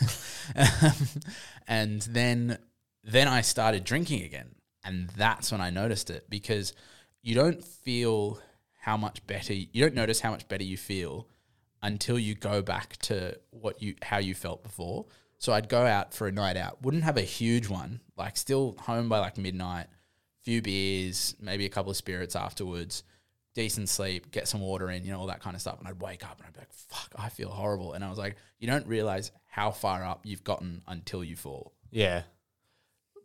and then then I started drinking again, and that's when I noticed it because you don't feel how much better you don't notice how much better you feel until you go back to what you how you felt before. So I'd go out for a night out, wouldn't have a huge one, like still home by like midnight, few beers, maybe a couple of spirits afterwards, decent sleep, get some water in, you know, all that kind of stuff. And I'd wake up and I'd be like, fuck, I feel horrible. And I was like, you don't realize how far up you've gotten until you fall. yeah.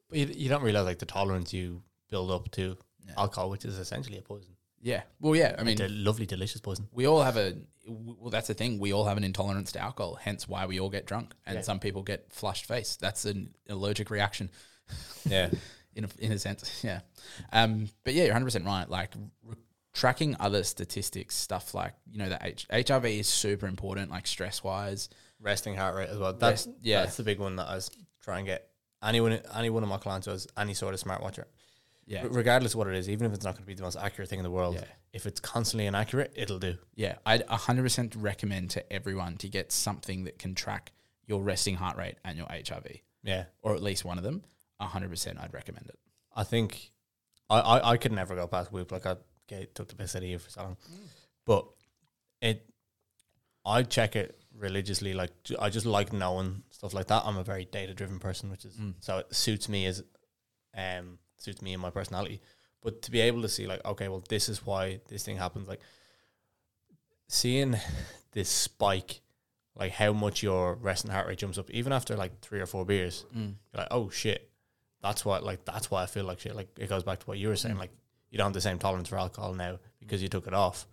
But you, you don't realize like the tolerance you build up to alcohol, which is essentially a poison. Yeah. Well, yeah. I mean, A lovely, delicious poison. we all have a well that's the thing we all have an intolerance to alcohol hence why we all get drunk and some people get flushed face that's an allergic reaction Yeah. in a, in a sense yeah um but yeah you're 100% right like r tracking other statistics stuff like you know that H- hiv is super important like stress wise resting heart rate as well. That's Rest- yeah. that's the big one that I was trying to get anyone any one of my clients who has any sort of smartwatcher, yeah R- regardless of what it is, even if it's not going to be the most accurate thing in the world, Yeah. if it's constantly inaccurate, it'll do. yeah i'd 100% recommend to everyone to get something that can track your resting heart rate and your hiv Yeah, or at least one of them 100% i'd recommend it I think I, I, I could never go past Whoop. Like I ga- took the piss out of you for so long, but it I check it religiously. Like ju- I just like knowing stuff like that. I'm a very data driven person, which is Mm. so it suits me as um suits me and my personality. But to be able to see like okay, well this is why this thing happens. Like seeing this spike, like how much your resting heart rate jumps up, even after like three or four beers Mm. you're like, oh shit, that's what like that's why I feel like shit. Like it goes back to what you were saying. Mm. Like you don't have the same tolerance for alcohol now because you took it off.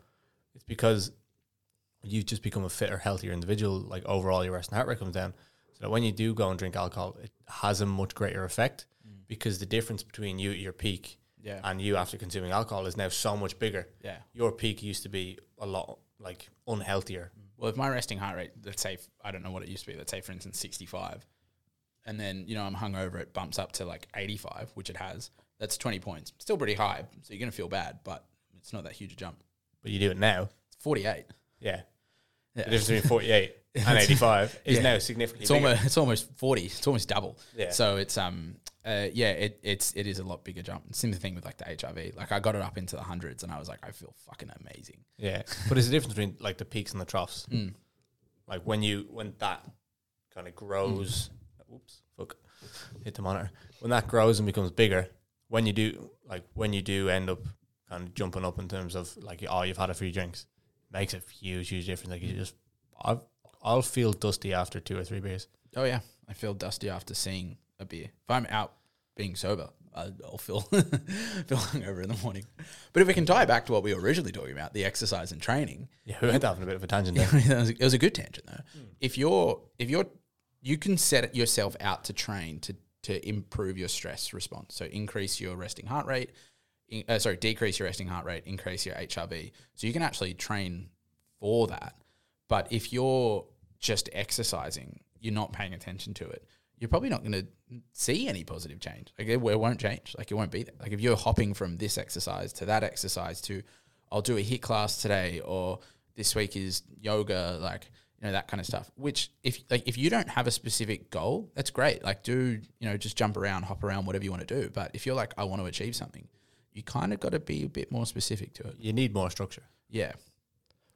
It's because you've just become a fitter, healthier individual. Like overall, your resting heart rate comes down. So that when you do go and drink alcohol, it has a much greater effect because the difference between you at your Mm. peak Yeah. and you after consuming alcohol is now so much bigger. yeah. Your peak used to be a lot like unhealthier. Well, if my resting heart rate, let's say, I don't know what it used to be, let's say, for instance, 65, and then, you know, I'm hungover, it bumps up to like 85, which it has, that's 20 points. Still pretty high. So you're going to feel bad, but it's not that huge a jump. But you do it now. It's 48. Yeah. Yeah. The difference between 48 and 85 is Yeah. now significantly It's bigger. almost it's almost 40. It's almost double. Yeah. So it's um uh, yeah, it, it's it is a lot bigger jump. Same thing with like the HIV. Like I got it up into the hundreds and I was like, I feel fucking amazing. Yeah, but there's a difference between like the peaks and the troughs. Hmm. Like when you when that kind of grows, Hmm. oops, fuck, hit the monitor. When that grows and becomes bigger, when you do like when you do end up kind of jumping up in terms of like oh you've had a few drinks, makes a huge huge difference. Like you just I've, I'll feel dusty after two or three beers. Oh yeah, I feel dusty after seeing a beer. If I'm out being sober, I- I'll feel feel hungover in the morning. But if we can tie it back to what we were originally talking about, the exercise and training, Yeah, we went off on a bit of a tangent there. it was- it was a good tangent though. If you're if you're you can set yourself out to train to to improve your stress response, so increase your resting heart rate. In, uh, sorry, decrease your resting heart rate, increase your HRV. So you can actually train for that. But if you're just exercising, you're not paying attention to it. You're probably not going to see any positive change. Like it, w- it won't change. Like it won't be there. Like if you're hopping from this exercise to that exercise to, I'll do a hit class today, or this week is yoga, like you know that kind of stuff. Which if like if you don't have a specific goal, that's great. Like do you know just jump around, hop around, whatever you want to do. But if you're like I want to achieve something, you kind of got to be a bit more specific to it. You need more structure. Yeah.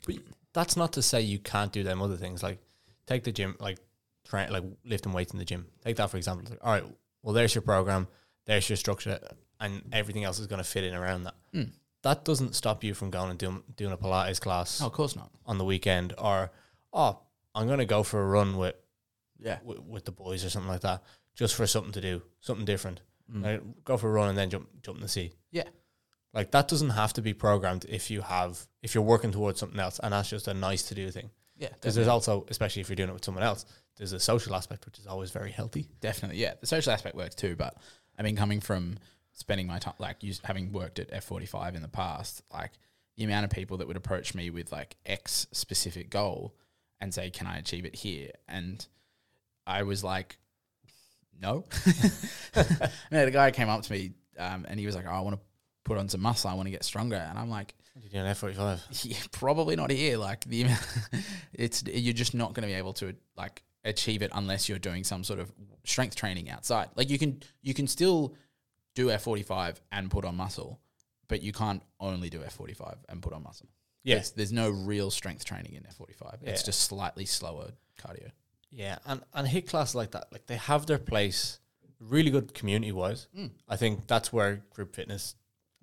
But that's not to say you can't do them other things. Like take the gym, like train, like lifting weights in the gym. Take that for example. It's like, all right, well there's your program, there's your structure, and everything else is going to fit in around that. That doesn't stop you from going and doing doing a Pilates class No, Oh, of course not. on the weekend, or oh, I'm going to go for a run with Yeah. with, with the boys or something like that, just for something to do, something different. Like, go for a run and then jump jump in the sea. Yeah. Like that doesn't have to be programmed if you have if you're working towards something else, and that's just a nice to do thing. Yeah. Because there's also, especially if you're doing it with someone else, there's a social aspect which is always very healthy. definitely. Yeah, the social aspect works too. But I mean, coming from spending my time, like us having worked at F45 in the past, like the amount of people that would approach me with like X specific goal and say, "Can I achieve it here?" and I was like, "No." I mean, the guy came up to me um, and he was like, oh, "I want to put on some muscle. I want to get stronger," and I'm like. You're doing F forty five. Yeah, probably not here. Like the, amount- it's you're just not going to be able to like achieve it unless you're doing some sort of strength training outside. Like you can you can still do F45 and put on muscle, but you can't only do F45 and put on muscle. Yes. There's no real strength training in F45. It's Yeah. just slightly slower cardio. Yeah, and and hit classes like that, like they have their place. Really good community wise. I think that's where group fitness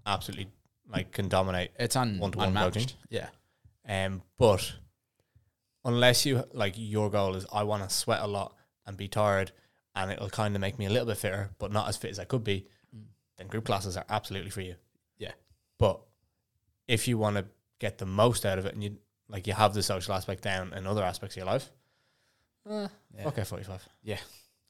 absolutely like can dominate. It's un- One-to-one unmatched. coaching. Yeah. Um, but unless you like your goal is I want to sweat a lot and be tired, and it'll kind of make me a little bit fitter, but not as fit as I could be, then group classes are absolutely for you. Yeah. But if you want to get the most out of it, and you like you have the social aspect down and other aspects of your life, uh, Yeah. okay, forty five. Yeah.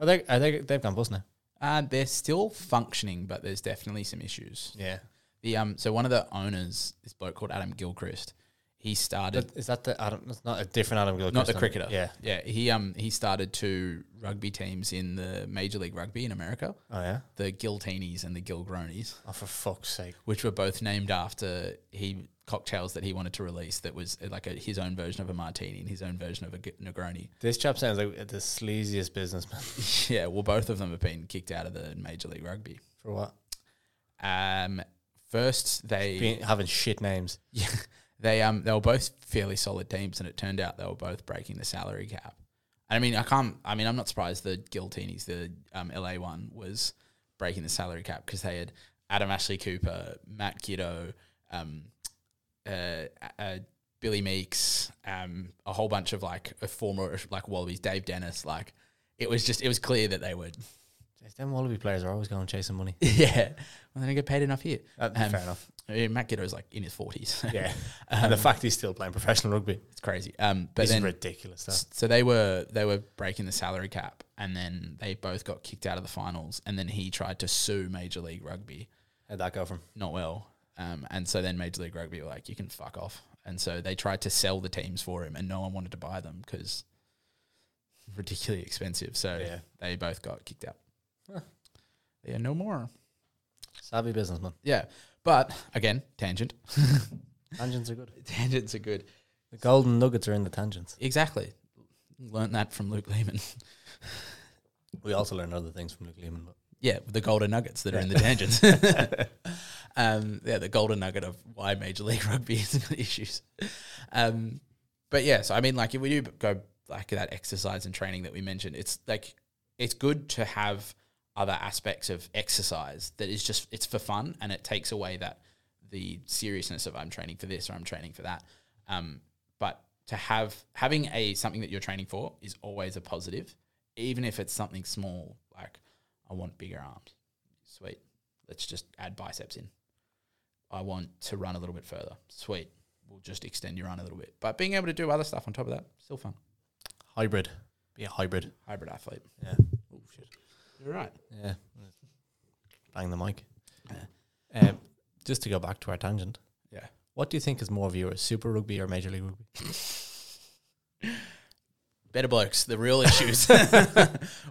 Are they? Are they? They've gone bust now. Uh, they're still functioning, but there's definitely some issues. Yeah. The um, so one of the owners, this bloke called Adam Gilchrist, he started Is that the Adam? That's not a different Adam Gilchrist. not the then. cricketer. Yeah. yeah. He um he started two rugby teams in the Major League Rugby in America, Oh yeah. the Gilteenies and the Gilgronies, Oh for fuck's sake. which were both named after he cocktails that he wanted to release. That was uh, like a, his own version of a martini and his own version of a g- Negroni. This chap sounds like the sleaziest businessman. yeah, well, both of them have been kicked out of the Major League Rugby. for what? Um, first they Being, having shit names. yeah, they um they were both fairly solid teams, and it turned out they were both breaking the salary cap. And I mean, I can't. I mean, I'm not surprised the Guillotini's, the um, LA one, was breaking the salary cap because they had Adam Ashley Cooper, Matt Kiddo, um, uh, uh, Billy Meeks, um, a whole bunch of like a former like Wallabies, Dave Dennis. Like it was just it was clear that they would. Them Wallaby players are always going chasing money. yeah, well, they don't get paid enough here. Uh, Um, fair enough. I mean, Matt Kiddo's like in his forties. Yeah. and the fact he's still playing professional rugby it's crazy. Um, but is then ridiculous. Though. S- So they were they were breaking the salary cap, and then they both got kicked out of the finals. And then he tried to sue Major League Rugby, How'd that go from? not well. Um, and so then Major League Rugby were like, "You can fuck off." And so they tried to sell the teams for him, and no one wanted to buy them because ridiculously expensive. So Yeah. they both got kicked out. Huh. Yeah, no more. Savvy businessman. Yeah, but again, tangent. Tangents are good. Tangents are good. The golden nuggets are in the tangents. Exactly. Learned that from Luke Lehman. We also learn other things from Luke Lehman. But Yeah, the golden nuggets that are in the tangents. um, yeah, the golden nugget of why Major League Rugby has got issues. Um, but yeah, so I mean, like if we do go like that exercise and training that we mentioned, it's like it's good to have other aspects of exercise that is just it's for fun and it takes away that the seriousness of I'm training for this or I'm training for that. Um, but to have having a something that you're training for is always a positive, even if it's something small like I want bigger arms. Sweet. Let's just add biceps in. I want to run a little bit further. Sweet. We'll just extend your run a little bit. But being able to do other stuff on top of that, still fun. hybrid. Be a hybrid. Hybrid athlete. Yeah. Oh, shit. You're right. Yeah. Bang the mic. Yeah. Um, just to go back to our tangent. Yeah. What do you think is more viewers, Super Rugby or Major League Rugby? Better blokes, the real issues.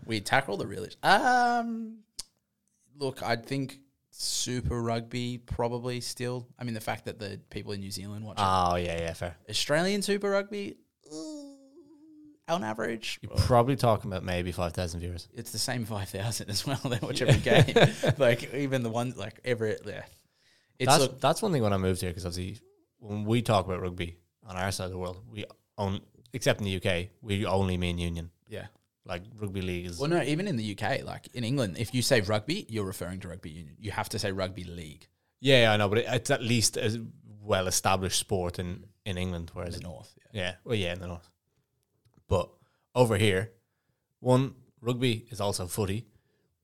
we tackle the real issues. Um, look, I think Super Rugby probably still. I mean, the fact that the people in New Zealand watch Oh, yeah, yeah, fair. it. Australian Super Rugby, ooh, on average, You're probably talking about maybe 5,000 viewers. it's the same five thousand as well. They watch every game, like even the ones like every yeah. It's That's, look, that's one thing when I moved here, because obviously when we talk about rugby on our side of the world, we own, except in the UK, we only mean union. yeah. Like rugby league is Well, no, even in the UK, like in England, if you say rugby, you're referring to rugby union. You have to say rugby league Yeah, yeah, I know, but it, it's at least a well established sport in, in England, in whereas the north. Yeah. yeah, well, yeah, in the north. But over here, one rugby is also footy,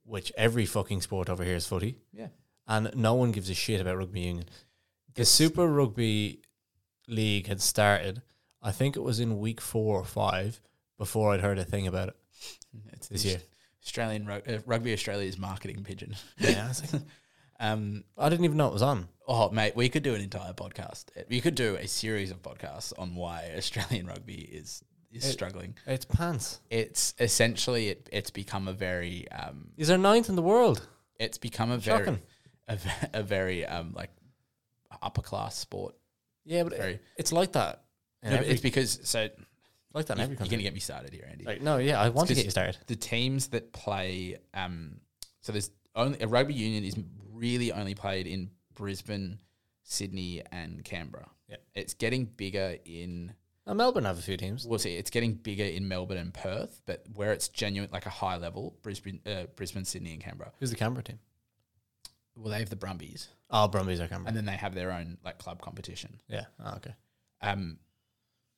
which every fucking sport over here is footy, Yeah. and no one gives a shit about rugby union. The Super Rugby League had started, I think it was in week four or five before I'd heard a thing about it. It's This the year. Australian rug- uh, rugby Australia's marketing pigeon. Yeah, I, was like, Um, I didn't even know it was on. oh mate, we could do an entire podcast. We could do a series of podcasts on why Australian rugby is is It- struggling. It's pants. It's essentially it, it's become a very um, These are ninth in the world. it's become a very Shocking. a, ve- a very um like upper class sport. Yeah, but Very. it, it's like that. In No, but every, it's because so like that in you, every are country. gonna get me started here, Andy. like, no, yeah, I want to 'cause- get you started. the teams that play um so there's only a rugby union is really only played in Brisbane, Sydney, and Canberra. Yep. It's getting bigger in Now, Melbourne have a few teams. we'll see. It's getting bigger in Melbourne and Perth, but where it's genuine like a high level, Brisbane, uh, Brisbane, Sydney, and Canberra. Who's the Canberra team? Well, they have the Brumbies, Oh, Brumbies are Canberra. and then they have their own like club competition. yeah. Oh, okay. um,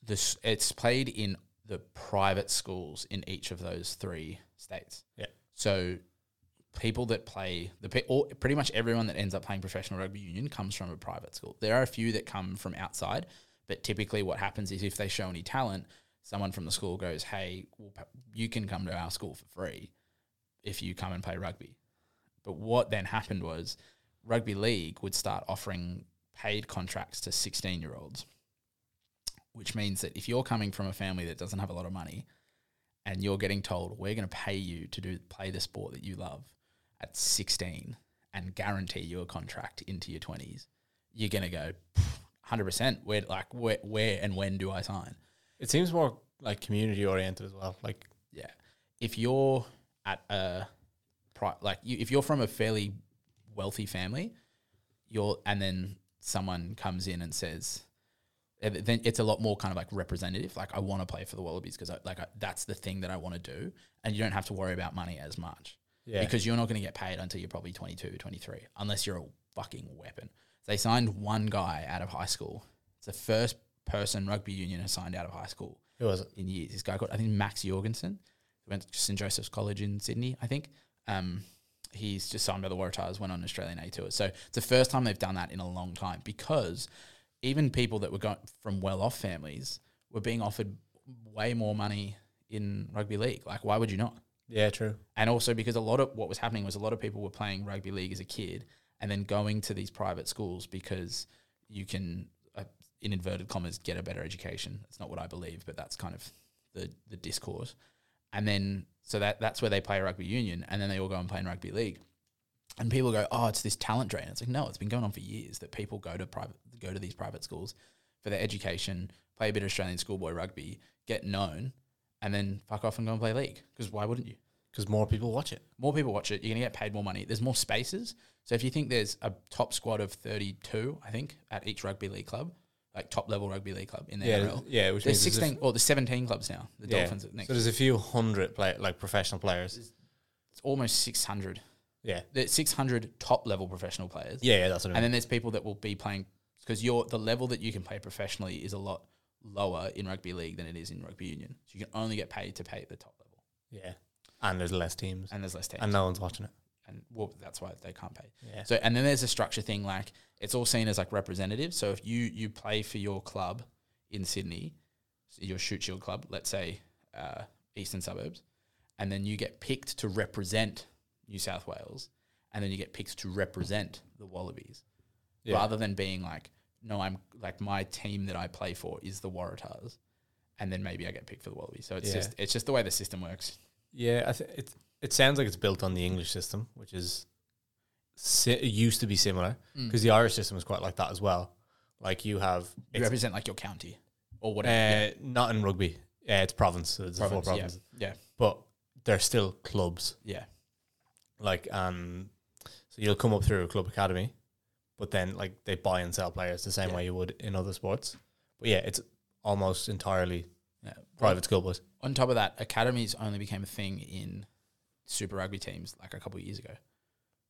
this it's played in the private schools in each of those three states. Yeah. So people that play the pe- all, pretty much everyone that ends up playing professional rugby union comes from a private school. There are a few that come from outside, but typically what happens is if they show any talent, someone from the school goes, "Hey, we'll, pa- you can come to our school for free if you come and play rugby." But what then happened was rugby league would start offering paid contracts to 16 year olds which means that if you're coming from a family that doesn't have a lot of money and you're getting told we're going to pay you to do play the sport that you love at 16 and guarantee you a contract into your 20s you're going to go "Pff, 100% where like where, where and when do i sign It seems more like community oriented as well. Like, yeah if you're at a pri- like you, if you're from a fairly wealthy family, you're and then someone comes in and says, and then it's a lot more kind of like representative. Like I want to play for the Wallabies because I, like I, that's the thing that I want to do, and you don't have to worry about money as much Yeah. because you're not going to get paid until you're probably 22, 23, unless you're a fucking weapon. They signed one guy out of high school. It's the first person rugby union has signed out of high school Who was it? in years. This guy called I think Max Jorgensen, who went to St Joseph's College in Sydney, I think. Um, he's just signed by the Waratahs, went on Australian A tour. So it's the first time they've done that in a long time because even people that were going from well off families were being offered way more money in rugby league. Like, why would you not? Yeah, true. and also because a lot of what was happening was a lot of people were playing rugby league as a kid and then going to these private schools because you can uh, in inverted commas get a better education it's not what i believe but that's kind of the the discourse and then so that that's where they play rugby union and then they all go and play in rugby league and people go oh it's this talent drain it's like no it's been going on for years that people go to private go to these private schools for their education play a bit of australian schoolboy rugby get known and then fuck off and go and play league because why wouldn't you Because more people watch it. more people watch it. You're going to get paid more money. There's more spaces. So if you think there's a top squad of 32, I think, at each rugby league club, like top level rugby league club in the Yeah, NRL, yeah. Which there's means there's a- 16 or there's 17 clubs now. The yeah. Dolphins, next, So there's a few hundred play, like professional players. it's almost 600. Yeah, There's 600 top level professional players, yeah, yeah. That's what I and mean. then there's people that will be playing because your the level that you can play professionally is a lot lower in rugby league than it is in rugby union. So you can only get paid to pay at the top level, yeah, and there's less teams, and there's less teams, and and, no one's watching it. well, that's why they can't pay. Yeah, So and then there's a structure thing like it's all seen as like representative. So if you you play for your club in Sydney, so your shoot shield club, let's say uh, eastern suburbs, and then you get picked to represent New South Wales, and then you get picked to represent the Wallabies, Yeah. rather than being like no, I'm like my team that I play for is the Waratahs, and then maybe I get picked for the Wallabies. So it's Yeah. just it's just the way the system works. yeah. I th- it it sounds like it's built on the English system, which is si- it used to be similar because the Irish system is quite like that as well. Like you have, Mm. You it's, represent like your county or uh, whatever. Yeah. not in rugby, uh, it's province. So it's the four Province, yeah. provinces, yeah, but they're still clubs. yeah, like um so you'll come up through a club academy but then like they buy and sell players the same Yeah. way you would in other sports but yeah it's almost entirely yeah. private school boys on top of that, academies only became a thing in Super Rugby teams like a couple of years ago.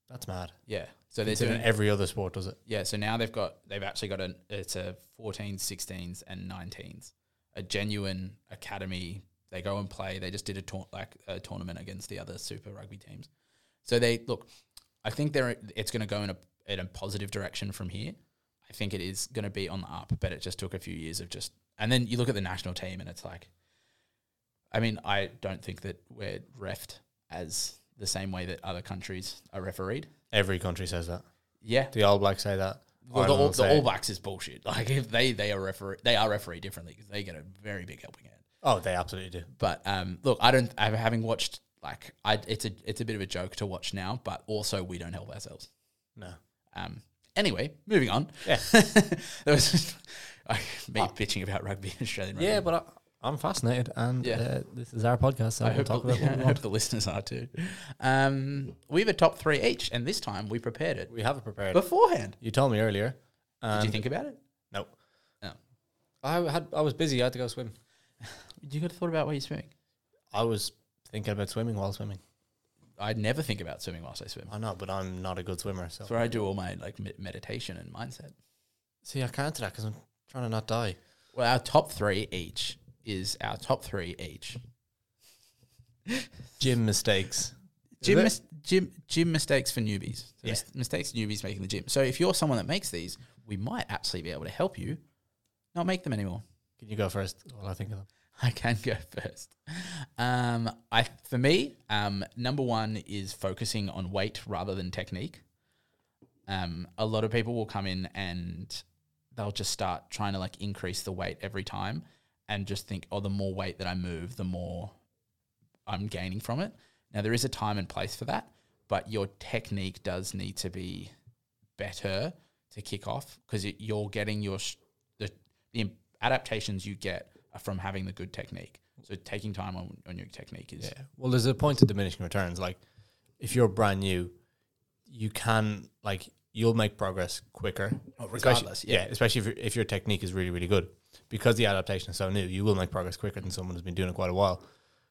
that's mad Yeah, so they're Considering doing every other sport does it yeah. So now they've got they've actually got an it's a 14s, 16s, and 19s, a genuine academy. They go and play. They just did a tour, like a tournament against the other Super Rugby teams. So they look. I think they're it's going to go in a in a positive direction from here. I think it is going to be on the up, but it just took a few years of just. And then you look at the national team, and it's like, I mean, I don't think that we're refed as the same way that other countries are refereed. every country says that Yeah, the all blacks say that well, the, Ireland all, will say the All it. Blacks is bullshit. Like if they they are referee they are referee differently because they get a very big helping hand. oh they absolutely do But um, look, I don't. I'm having watched like I it's a it's a bit of a joke to watch now, but also we don't help ourselves. no Um, anyway, moving on. Yeah. there was just, like, me bitching about rugby in Australian rugby. yeah but I, i'm fascinated and Yeah. uh, this is our podcast so I we will hope, talk the, about I what we hope want the listeners are too. Um, we have a top three each, and this time we prepared it we have it prepared beforehand. you told me earlier Did you and think about it? no No. i had i was busy i had to go swim You got a thought about where you're swimming? i was thinking about swimming while swimming I never think about swimming whilst I swim. I know, but I'm not a good swimmer. So That's where I do all my like me- meditation and mindset. see, I can't do that because I'm trying to not die. Well, our top three each is our top three each. Gym mistakes. Gym, it? mis- gym, gym mistakes for newbies. So Yeah. mis- mistakes newbies make in the gym. So if you're someone that makes these, we might actually be able to help you not make them anymore. Can you go first? While I think of them. I can go first. Um, I for me, um, number one is focusing on weight rather than technique. Um, a lot of people will come in and they'll just start trying to like increase the weight every time, and just think, oh, the more weight that I move, the more I'm gaining from it. Now there is a time and place for that, but your technique does need to be better to kick off because you're getting your sh- the, the im- adaptations you get are from having the good technique. So taking time on, on your technique is Yeah. Well, there's a point of diminishing returns. Like, if you're brand new, you can like you'll make progress quicker. Oh, Especially- regardless, yeah. especially if, your- if your technique is really really good, because the adaptation is so new, you will make progress quicker than someone who's been doing it quite a while.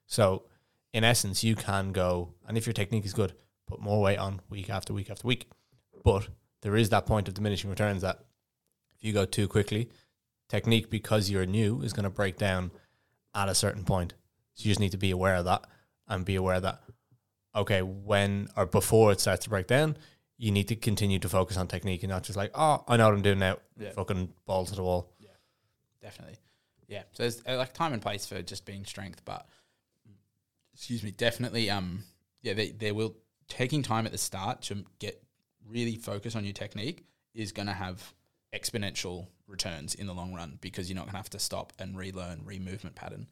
So, in essence, you can go and if your technique is good, put more weight on week after week after week. But there is that point of diminishing returns that if you go too quickly, technique because you're new is going to break down at a certain point. So you just need to be aware of that and be aware that okay, when or before it starts to break down, you need to continue to focus on technique and not just like, oh, I know what I'm doing now. Yeah. Fucking ball to the wall. definitely. Yeah. So there's uh, like time and place for just being strength, but excuse me, definitely. Um, yeah, they, they will taking time at the start to get really focus on your technique is going to have exponential returns in the long run because you're not going to have to stop and relearn re-movement pattern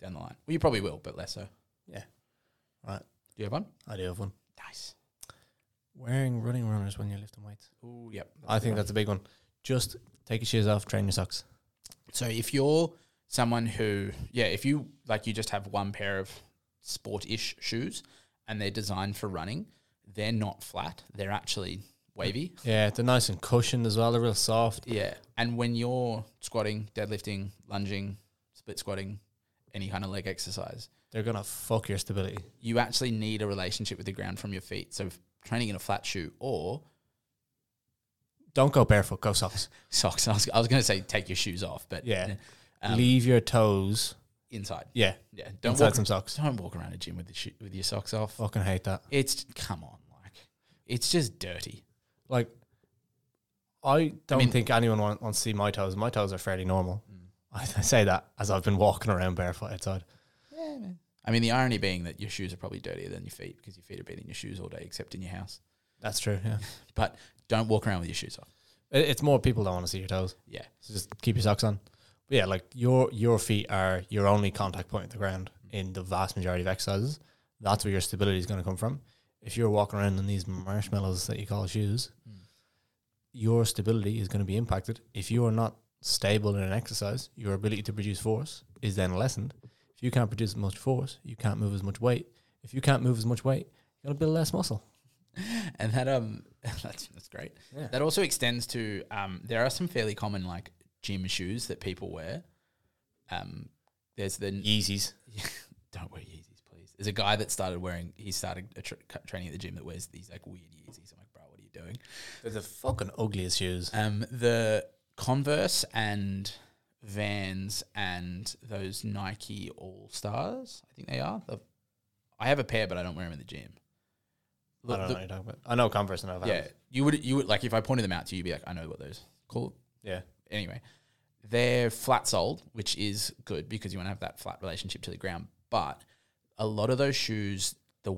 down the line. Well, you probably will, but less so. Do Yeah. Right. you have one? I do have one. Nice. Wearing running runners when you're lifting weights. Oh, yep. I think that's a big one. Just take your shoes off, train your socks. So if you're someone who, yeah, if you like, you just have one pair of sport-ish shoes, and they're designed for running, they're not flat; they're actually wavy. Yeah, they're nice and cushioned as well. They're real soft. Yeah, and when you're squatting, deadlifting, lunging, split squatting, any kind of leg exercise, They're gonna fuck your stability. you actually need a relationship with the ground from your feet. So if training in a flat shoe or Don't go barefoot, go socks. socks. I was, I was going to say take your shoes off, but Yeah. um, Leave your toes. inside. Yeah. Yeah, don't inside walk, some socks. don't walk around a gym with your shoe, with your socks off. Fucking hate that. It's come on, like it's just dirty. Like I don't mean- think anyone want, wants to see my toes. My toes are fairly normal. I, I say that as I've been walking around barefoot outside. Yeah, man. I mean, the irony being that your shoes are probably dirtier than your feet because your feet have been in your shoes all day, except in your house. That's true. Yeah, But don't walk around with your shoes off. it, it's more people don't want to see your toes. Yeah, So just keep your socks on. But yeah, like your your feet are your only contact point at the ground in the vast majority of exercises. That's where your stability is going to come from. If you're walking around in these marshmallows that you call shoes, your stability is going to be impacted. If you are not stable in an exercise, your ability to produce force is then lessened. If you can't produce as much force, you can't move as much weight. If you can't move as much weight, you're going to build less muscle. and that um, that's that's great. Yeah. That also extends to um, there are some fairly common like gym shoes that people wear. Um, there's the Yeezys. don't wear Yeezys, please. There's a guy that started wearing. He started a tr- training at the gym that wears these like weird Yeezys. I'm like, bro, what are you doing? They're the fucking ugliest shoes. Um, the Converse and Vans and those Nike All Stars, I think they are. The, I have a pair, but I don't wear them in the gym. I don't know what you're talking about. I know Converse and I've had Yeah, them. you would you would like if I pointed them out to you, you'd be like, I know what those called. Yeah. Anyway, they're flat soled, which is good because you want to have that flat relationship to the ground. But a lot of those shoes, the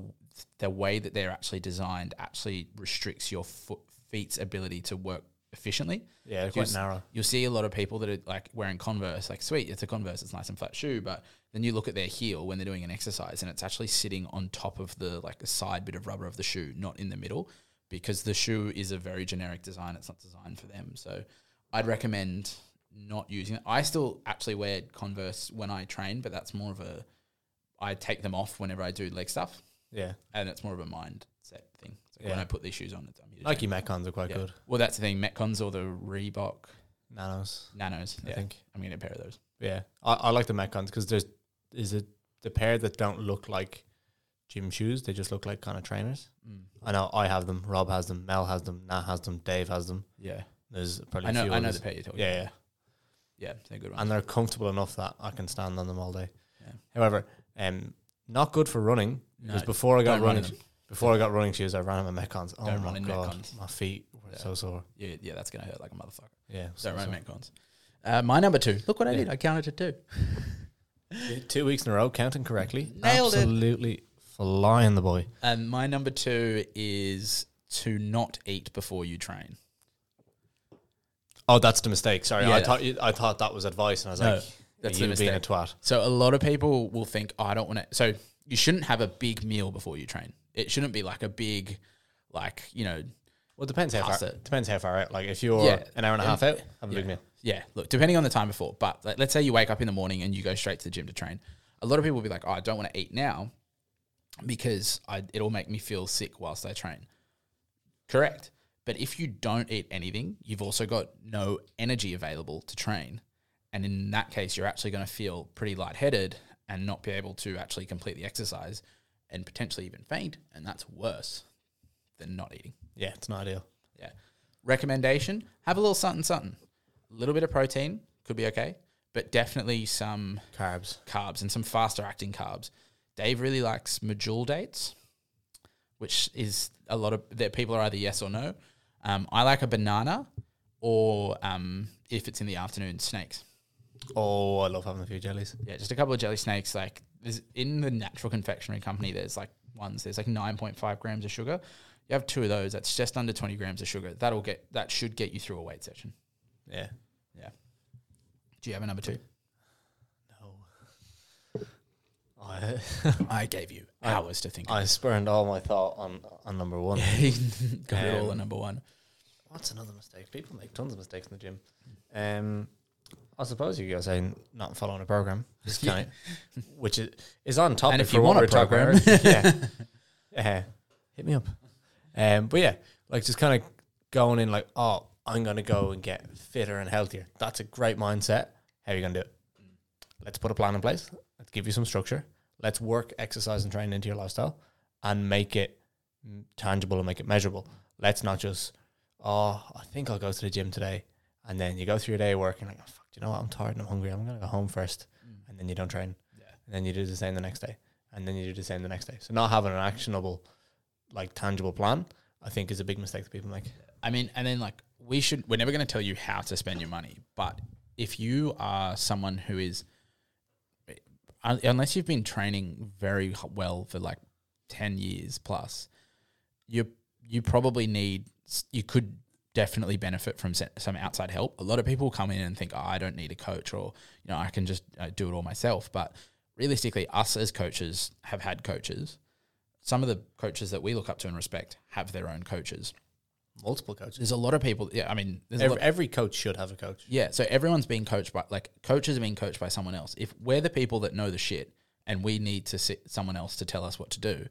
the way that they're actually designed, actually restricts your foot, feet's ability to work efficiently. Yeah, they're quite Just- narrow. you'll see a lot of people that are like wearing Converse, like sweet, it's a Converse, it's a nice and flat shoe, but then you look at their heel when they're doing an exercise and it's actually sitting on top of the like the side bit of rubber of the shoe, not in the middle, because the shoe is a very generic design. It's not designed for them. So I'd recommend not using it. I still actually wear Converse when I train, but that's more of a I take them off whenever I do leg stuff, Yeah. and it's more of a mindset thing. It's like When Yeah. I put these shoes on, it's I'm here to Nike Metcons are quite train. Yeah. good. Well, that's the thing. Metcons or the Reebok Nanos, Nanos. I Yeah. think. I'm getting a pair of those. Yeah. I, I like the Metcons because there's is it the pair that don't look like gym shoes, they just look like kind of trainers. I know I have them, Rob has them, Mel has them, Nat has them, Dave has them. Yeah, There's probably I a know. few I know others. the pair you're talking. yeah, about. yeah. yeah, they're good ones. And they're comfortable enough that I can stand on them all day. Yeah. However, um not good for running because No, before I got don't run in running before I got running shoes I ran in my Metcons. Oh Don't my run in god. Metcons. My feet were Yeah. so sore. Yeah, yeah, that's gonna hurt like a motherfucker. Yeah. So so don't run sore. Metcons. Uh, my number two. Look what I Yeah. did. I counted to two. Two weeks in a row, counting correctly. Nailed it. Absolutely flying the boy. And Um, my number two is to not eat before you train. Oh, that's the mistake. Sorry, I Yeah. thought you, I thought that was advice, and I was No, like, that's you the being a mistake. twat. So a lot of people will think, oh, I don't want to. So you shouldn't have a big meal before you train. It shouldn't be like a big, like you know, Well, it depends how far. Pasta. Depends how far out. Like if you're Yeah. an hour and a Yeah. half out, have a big Yeah. meal. Yeah, look, depending on the time before, but like, let's say you wake up in the morning and you go straight to the gym to train. A lot of people will be like, oh, I don't want to eat now because I, it'll make me feel sick whilst I train. Correct. But if you don't eat anything, you've also got no energy available to train. And in that case, you're actually going to feel pretty lightheaded and not be able to actually complete the exercise and potentially even faint. And that's worse than not eating. Yeah, it's not ideal. Yeah. Recommendation have a little something, something. A little bit of protein could be okay, but definitely some Carbs. carbs and some faster acting carbs. Dave really likes medjool dates, which is a lot of that people are either yes or no. Um, I like a banana, or um, if it's in the afternoon, snakes. Oh, I love having a few jellies. Yeah, just a couple of jelly snakes. Like there's in the natural confectionery company, there's like ones. There's like nine point five grams of sugar. You have two of those. That's just under twenty grams of sugar. That'll get that should get you through a weight session. Yeah. Yeah. Do you have a number two? No. I I gave you hours to think. I spurned all my thought on on number one. Got it all Um, at number one. What's another mistake? People make tons of mistakes in the gym. Um, I suppose you guys saying not following a program, this kind of- which is, is on topic. And if for you what want a we're talking program. about. yeah, Uh, hit me up. Um, but yeah, like just kind of going in like, oh, I'm gonna go and get fitter and healthier. That's a great mindset. How are you gonna do it? Let's put a plan in place. Let's give you some structure. Let's work exercise and training into your lifestyle and make it mm, tangible and make it measurable. Let's not just oh, I think I'll go to the gym today. And then you go through your day of work and like, oh, fuck, do you know what? I'm tired and I'm hungry. I'm going to go home first. And then you don't train. Yeah. And then you do the same the next day. And then you do the same the next day. So not having an actionable, like tangible plan, I think is a big mistake that people make. I mean, and then like we should, we're never going to tell you how to spend your money, but if you are someone who is, un- unless you've been training very h- well for like 10 years plus, you, you probably need, s- you could definitely benefit from se- some outside help. A lot of people come in and think, oh, I don't need a coach or, you know, I can just uh, do it all myself. But realistically, us as coaches have had coaches. Some of the coaches that we look up to and respect have their own coaches Multiple coaches. there's a lot of people. Yeah, I mean, there's a Every, lot, every coach should have a coach. yeah. So everyone's being coached by like coaches are being coached by someone else. If we're the people that know the shit and we need to sit someone else to tell us what to do,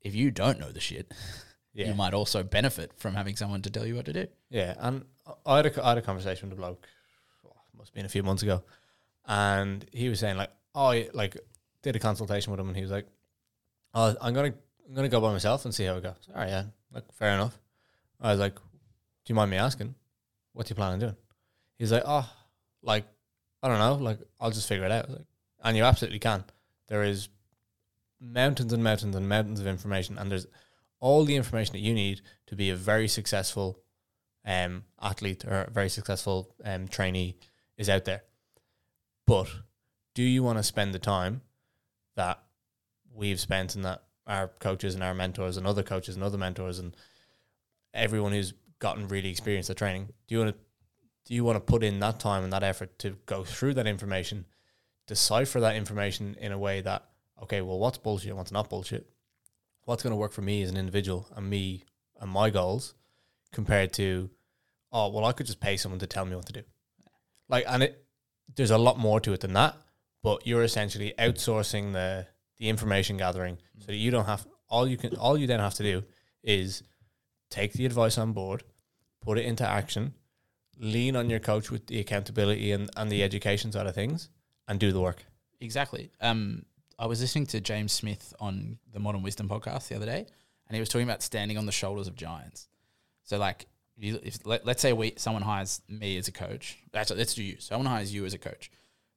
if you don't know the shit, Yeah. you might also benefit from having someone to tell you what to do. Yeah, and I had a, co- I had a conversation with a bloke, oh, it must have been a few months ago, and he was saying like, oh, I like did a consultation with him, and he was like, oh, I'm gonna I'm gonna go by myself and see how it goes. All right, yeah, like fair enough. I was like, do you mind me asking, what do you plan on doing? He's like, oh, like I don't know, like I'll just figure it out. I was like, and you absolutely can. There is mountains and mountains and mountains of information, and there's all the information that you need to be a very successful um, athlete or a very successful um, trainee is out there. But do you want to spend the time that we've spent and that our coaches and our mentors and other coaches and other mentors and everyone who's gotten really experienced at training, do you want to do you want to put in that time and that effort to go through that information, decipher that information in a way that, okay, well what's bullshit and what's not bullshit? What's going to work for me as an individual and me and my goals compared to, oh well, I could just pay someone to tell me what to do. Like, and it there's a lot more to it than that. But you're essentially outsourcing the the information gathering so that you don't have all you can all you then have to do is take the advice on board, put it into action, lean on your coach with the accountability and, and the education side of things, and do the work. Exactly. Um, I was listening to James Smith on the Modern Wisdom podcast the other day, and he was talking about standing on the shoulders of giants. So, like, you, if let, let's say we someone hires me as a coach. Actually, let's do you. Someone hires you as a coach.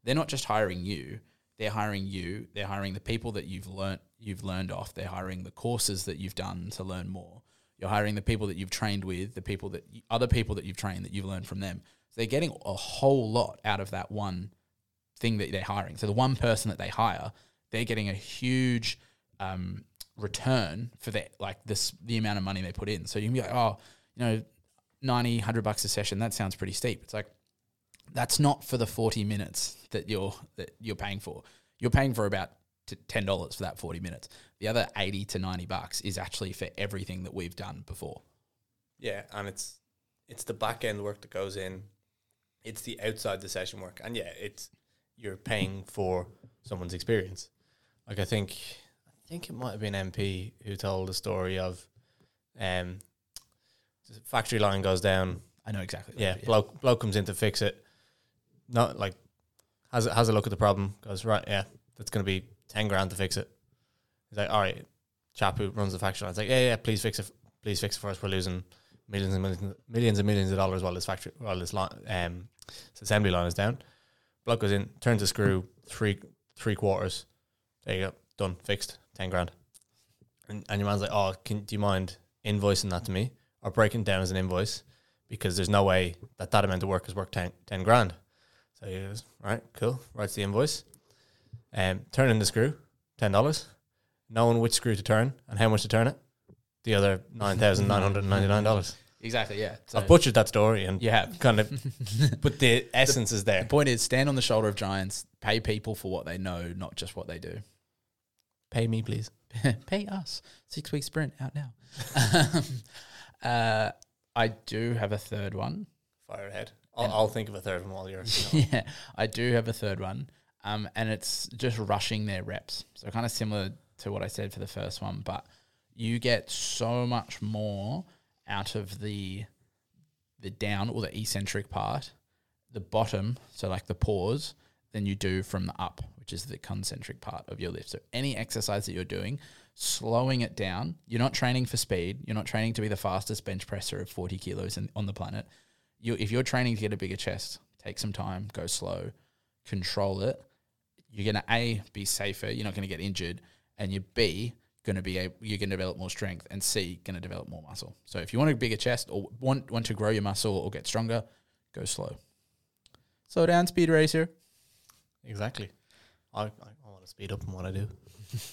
They're not just hiring you; they're hiring you. They're hiring the people that you've learnt you've learned off. They're hiring the courses that you've done to learn more. You're hiring the people that you've trained with, the people that you- other people that you've trained that you've learned from them. So they're getting a whole lot out of that one thing that they're hiring. So the one person that they hire, they're getting a huge um, return for their like this the amount of money they put in. So you can be like, oh, you know, 90, 100 bucks a session. That sounds pretty steep. It's like that's not for the 40 minutes that you're that you're paying for. You're paying for about t- $10 for that 40 minutes. The other 80 to 90 bucks is actually for everything that we've done before. Yeah, and it's it's the back end work that goes in. It's the outside the session work, and yeah, it's you're paying for someone's experience. Like I think, I think it might have been MP who told the story of, um, factory line goes down. I know exactly. Yeah, that, bloke bloke comes in to fix it. Not like has a, has a look at the problem. Goes right, yeah, that's gonna be ten grand to fix it. He's like, all right, chap who runs the factory line. It's like, yeah, yeah, please fix it, please fix it for us. We're losing millions and millions, millions and millions of dollars while this factory, while this line, um, this assembly line is down. Bloke goes in, turns a screw, three three quarters. There you go, done, fixed, ten grand. And, and your man's like, oh, can, do you mind invoicing that to me or breaking down as an invoice? because there's no way that that amount of work is worth 10, 10 grand. So he goes, all right, cool. Writes the invoice. Um, turning the screw, $10. Knowing which screw to turn and how much to turn it, the other $9,999. Exactly. Yeah. So I've butchered that story and you have. kind of, but the essence is The there. point is, stand on the shoulder of giants. Pay people for what they know, not just what they do. Pay me, please. pay us six week sprint out now. um, uh, I do have a third one. Fire ahead. I'll, I'll think of a third one while you're. yeah, I do have a third one. Um, and it's just rushing their reps. So kind of similar to what I said for the first one, but you get so much more out of the the down or the eccentric part, the bottom, so like the pause, than you do from the up, which is the concentric part of your lift. So any exercise that you're doing, slowing it down. You're not training for speed. You're not training to be the fastest bench presser of 40 kilos in, on the planet. You, if you're training to get a bigger chest, take some time, go slow, control it. You're gonna a be safer. You're not gonna get injured, and you're b gonna be able, you're gonna develop more strength, and c gonna develop more muscle. So if you want a bigger chest or want want to grow your muscle or get stronger, go slow. Slow down, speed racer. Exactly. I, I, I want to speed up in what I do,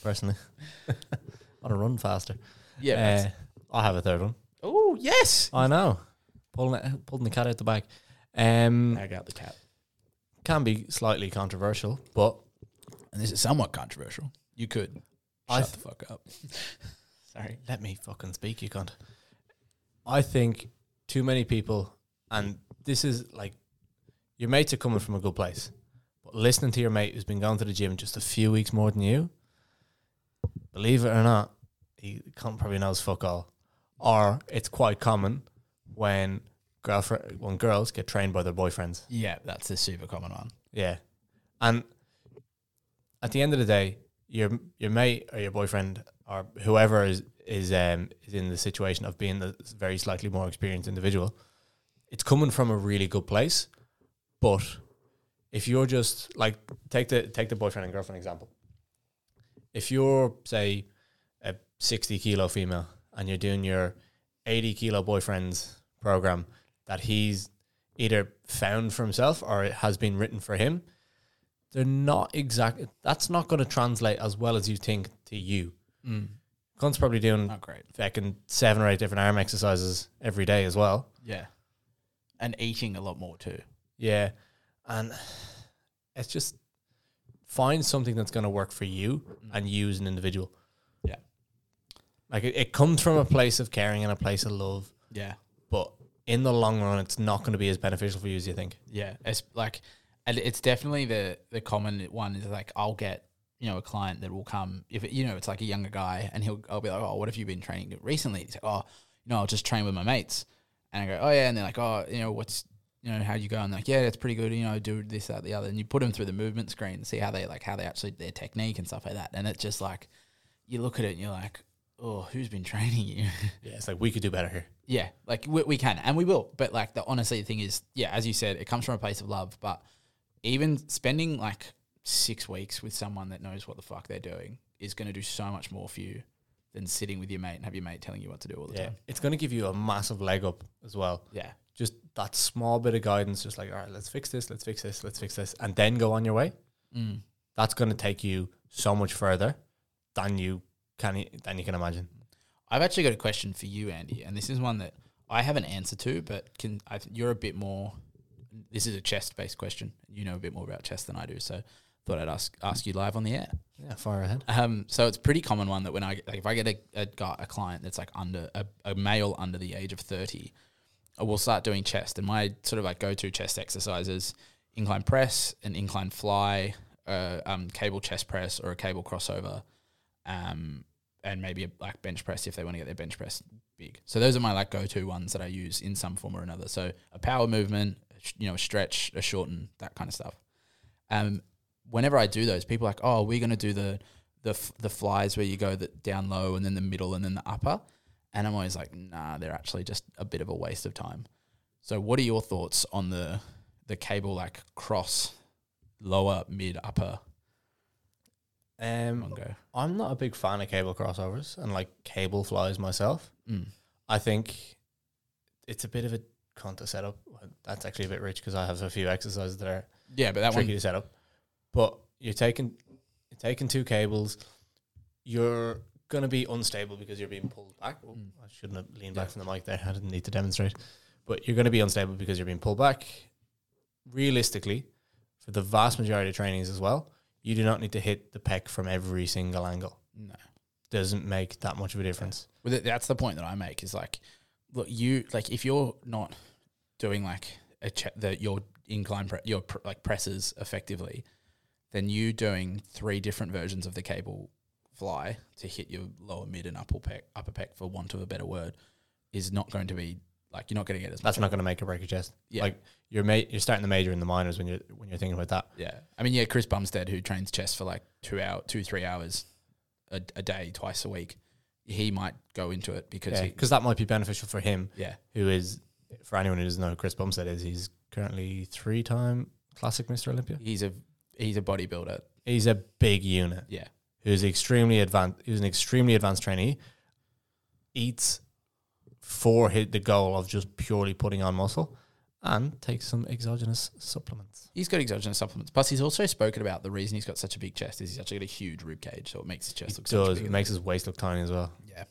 personally. I want to run faster. Yeah. Uh, I have a third one. oh yes. I know. Pulling it, pulling the cat out the bag. Um, I got the cat. can be slightly controversial, but And this is somewhat controversial. You could I shut th- the fuck up. Sorry. let me fucking speak, you cunt. I think too many people, and this is like, your mates are coming from a good place, but listening to your mate who's been going to the gym just a few weeks more than you, believe it or not, he can't probably knows fuck all. Or it's quite common when girlfriend when girls get trained by their boyfriends. Yeah, that's the super common one. Yeah, and at the end of the day, your your mate or your boyfriend or whoever is is um is in the situation of being the very slightly more experienced individual, it's coming from a really good place, but if you're just like take the take the boyfriend and girlfriend example, if you're say a sixty kilo female and you're doing your eighty kilo boyfriend's program that he's either found for himself or it has been written for him, they're not exactly. That's not going to translate as well as you think to you. Cunt's probably doing Mm. Not great. fucking seven or eight different arm exercises every day as well. Yeah. And eating a lot more too. Yeah, and it's just find something that's going to work for you and you as an individual. Yeah. Like it, it comes from a place of caring and a place of love, Yeah. but in the long run, it's not going to be as beneficial for you as you think. Yeah. It's like, and it's definitely the, the common one is like, I'll get, you know, a client that will come if, it, you know, it's like a younger guy and he'll, I'll be like, oh, what have you been training recently? He's like, oh, you know, I'll just train with my mates. And I go, oh, yeah. And they're like, oh, you know, what's, you know, how you go? And they're like, yeah, that's pretty good. You know, do this, that, the other. And you put them through the movement screen and see how they like, how they actually, their technique and stuff like that. And it's just like, you look at it and you're like, oh, who's been training you? Yeah, it's like we could do better here. Yeah, like we, we can and we will. But like the honestly the thing is, yeah, as you said, it comes from a place of love. But even spending like six weeks with someone that knows what the fuck they're doing is going to do so much more for you than sitting with your mate and have your mate telling you what to do all the Yeah, time. it's going to give you a massive leg up as well. Yeah, Just that small bit of guidance, just like, all right, let's fix this, let's fix this, let's fix this, and then go on your way. mm. That's going to take you so much further than you can e, than you can imagine. I've actually got a question for you, Andy, and this is one that I have an answer to, but can I, th- you're a bit more. This is a chest-based question. You know a bit more about chest than I do, so thought I'd ask ask you live on the air. Yeah, far ahead. Um, so it's a pretty common one that when I like if I get a a, guy, a client that's like under a, a male under the age of thirty, I will start doing chest. And my sort of like go to chest exercises: incline press, an incline fly, uh, um, cable chest press, or a cable crossover, um, and maybe a like bench press if they want to get their bench press big. So those are my like go to ones that I use in some form or another. So a power movement, a sh- you know, a stretch, a shorten, that kind of stuff. Um, whenever I do those, people are like, oh, we're going to do the the f- the flies where you go the down low and then the middle and then the upper, and I'm always like, nah, they're actually just a bit of a waste of time. So what are your thoughts on the the cable like cross, lower, mid, upper Um, Mongo? I'm not a big fan of cable crossovers and like cable flies myself. Mm. I think it's a bit of a counter setup. That's actually a bit rich because I have a few exercises that are Yeah, but that tricky one, to set up. But you're taking you're taking two cables. You're gonna be unstable because you're being pulled back. Oh, Mm. I shouldn't have leaned back from the mic there. I didn't need to demonstrate. But you're gonna be unstable because you're being pulled back. Realistically, for the vast majority of trainings as well, you do not need to hit the pec from every single angle. no. Doesn't make that much of a difference. Well, th- that's the point that I make is like, look, you like if you're not doing like a che- the your incline pre- your pr- like presses effectively, then you doing three different versions of the cable fly to hit your lower mid and upper pec upper pec for want of a better word is not going to be like you're not going to get as much. That's not gonna make or break your chest. Yeah. Like you're ma- you're starting the major in the minors when you're when you're thinking about that. Yeah, I mean, yeah, Chris Bumstead who trains chest for like two hour two three hours a, a day twice a week, he might go into it because Yeah, he, because that might be beneficial for him yeah who is, for anyone who doesn't know who Chris Bumstead is, he's currently three time classic Mr. Olympia. he's a he's a bodybuilder He's a big unit yeah who's extremely advanced, who's an extremely advanced trainee, eats for hit the goal of just purely putting on muscle and takes some exogenous supplements. He's got exogenous supplements. Plus, he's also spoken about the reason he's got such a big chest is he's actually got a huge rib cage, so it makes his chest He look does. so big. It makes his waist look tiny as well. yeah.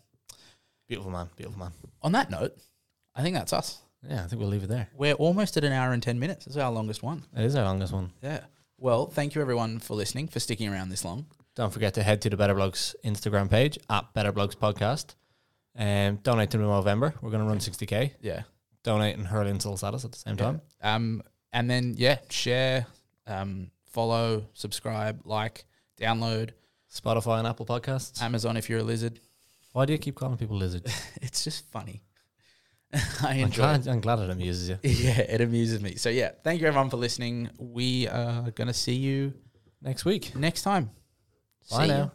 Beautiful man. Beautiful man. On that note, I think that's us. Yeah, I think we'll leave it there. We're almost at an hour and ten minutes. This is our longest one. It is our longest one. Yeah. Well, thank you everyone for listening, for sticking around this long. Don't forget to head to the Better Blogs Instagram page at Better Blogs Podcast. Um, donate to November. We're going to run 60K. Yeah. donate and hurl insults at us at the same time. Um, and then yeah, share, um, follow, subscribe, like, download Spotify and Apple Podcasts. Amazon if you're a lizard. Why do you keep calling people lizards? It's just funny. I I'm enjoy. it. glad, I'm glad it amuses you. Yeah, it amuses me. So yeah, thank you everyone for listening. We are gonna see you Next week. next time. Bye See ya. now.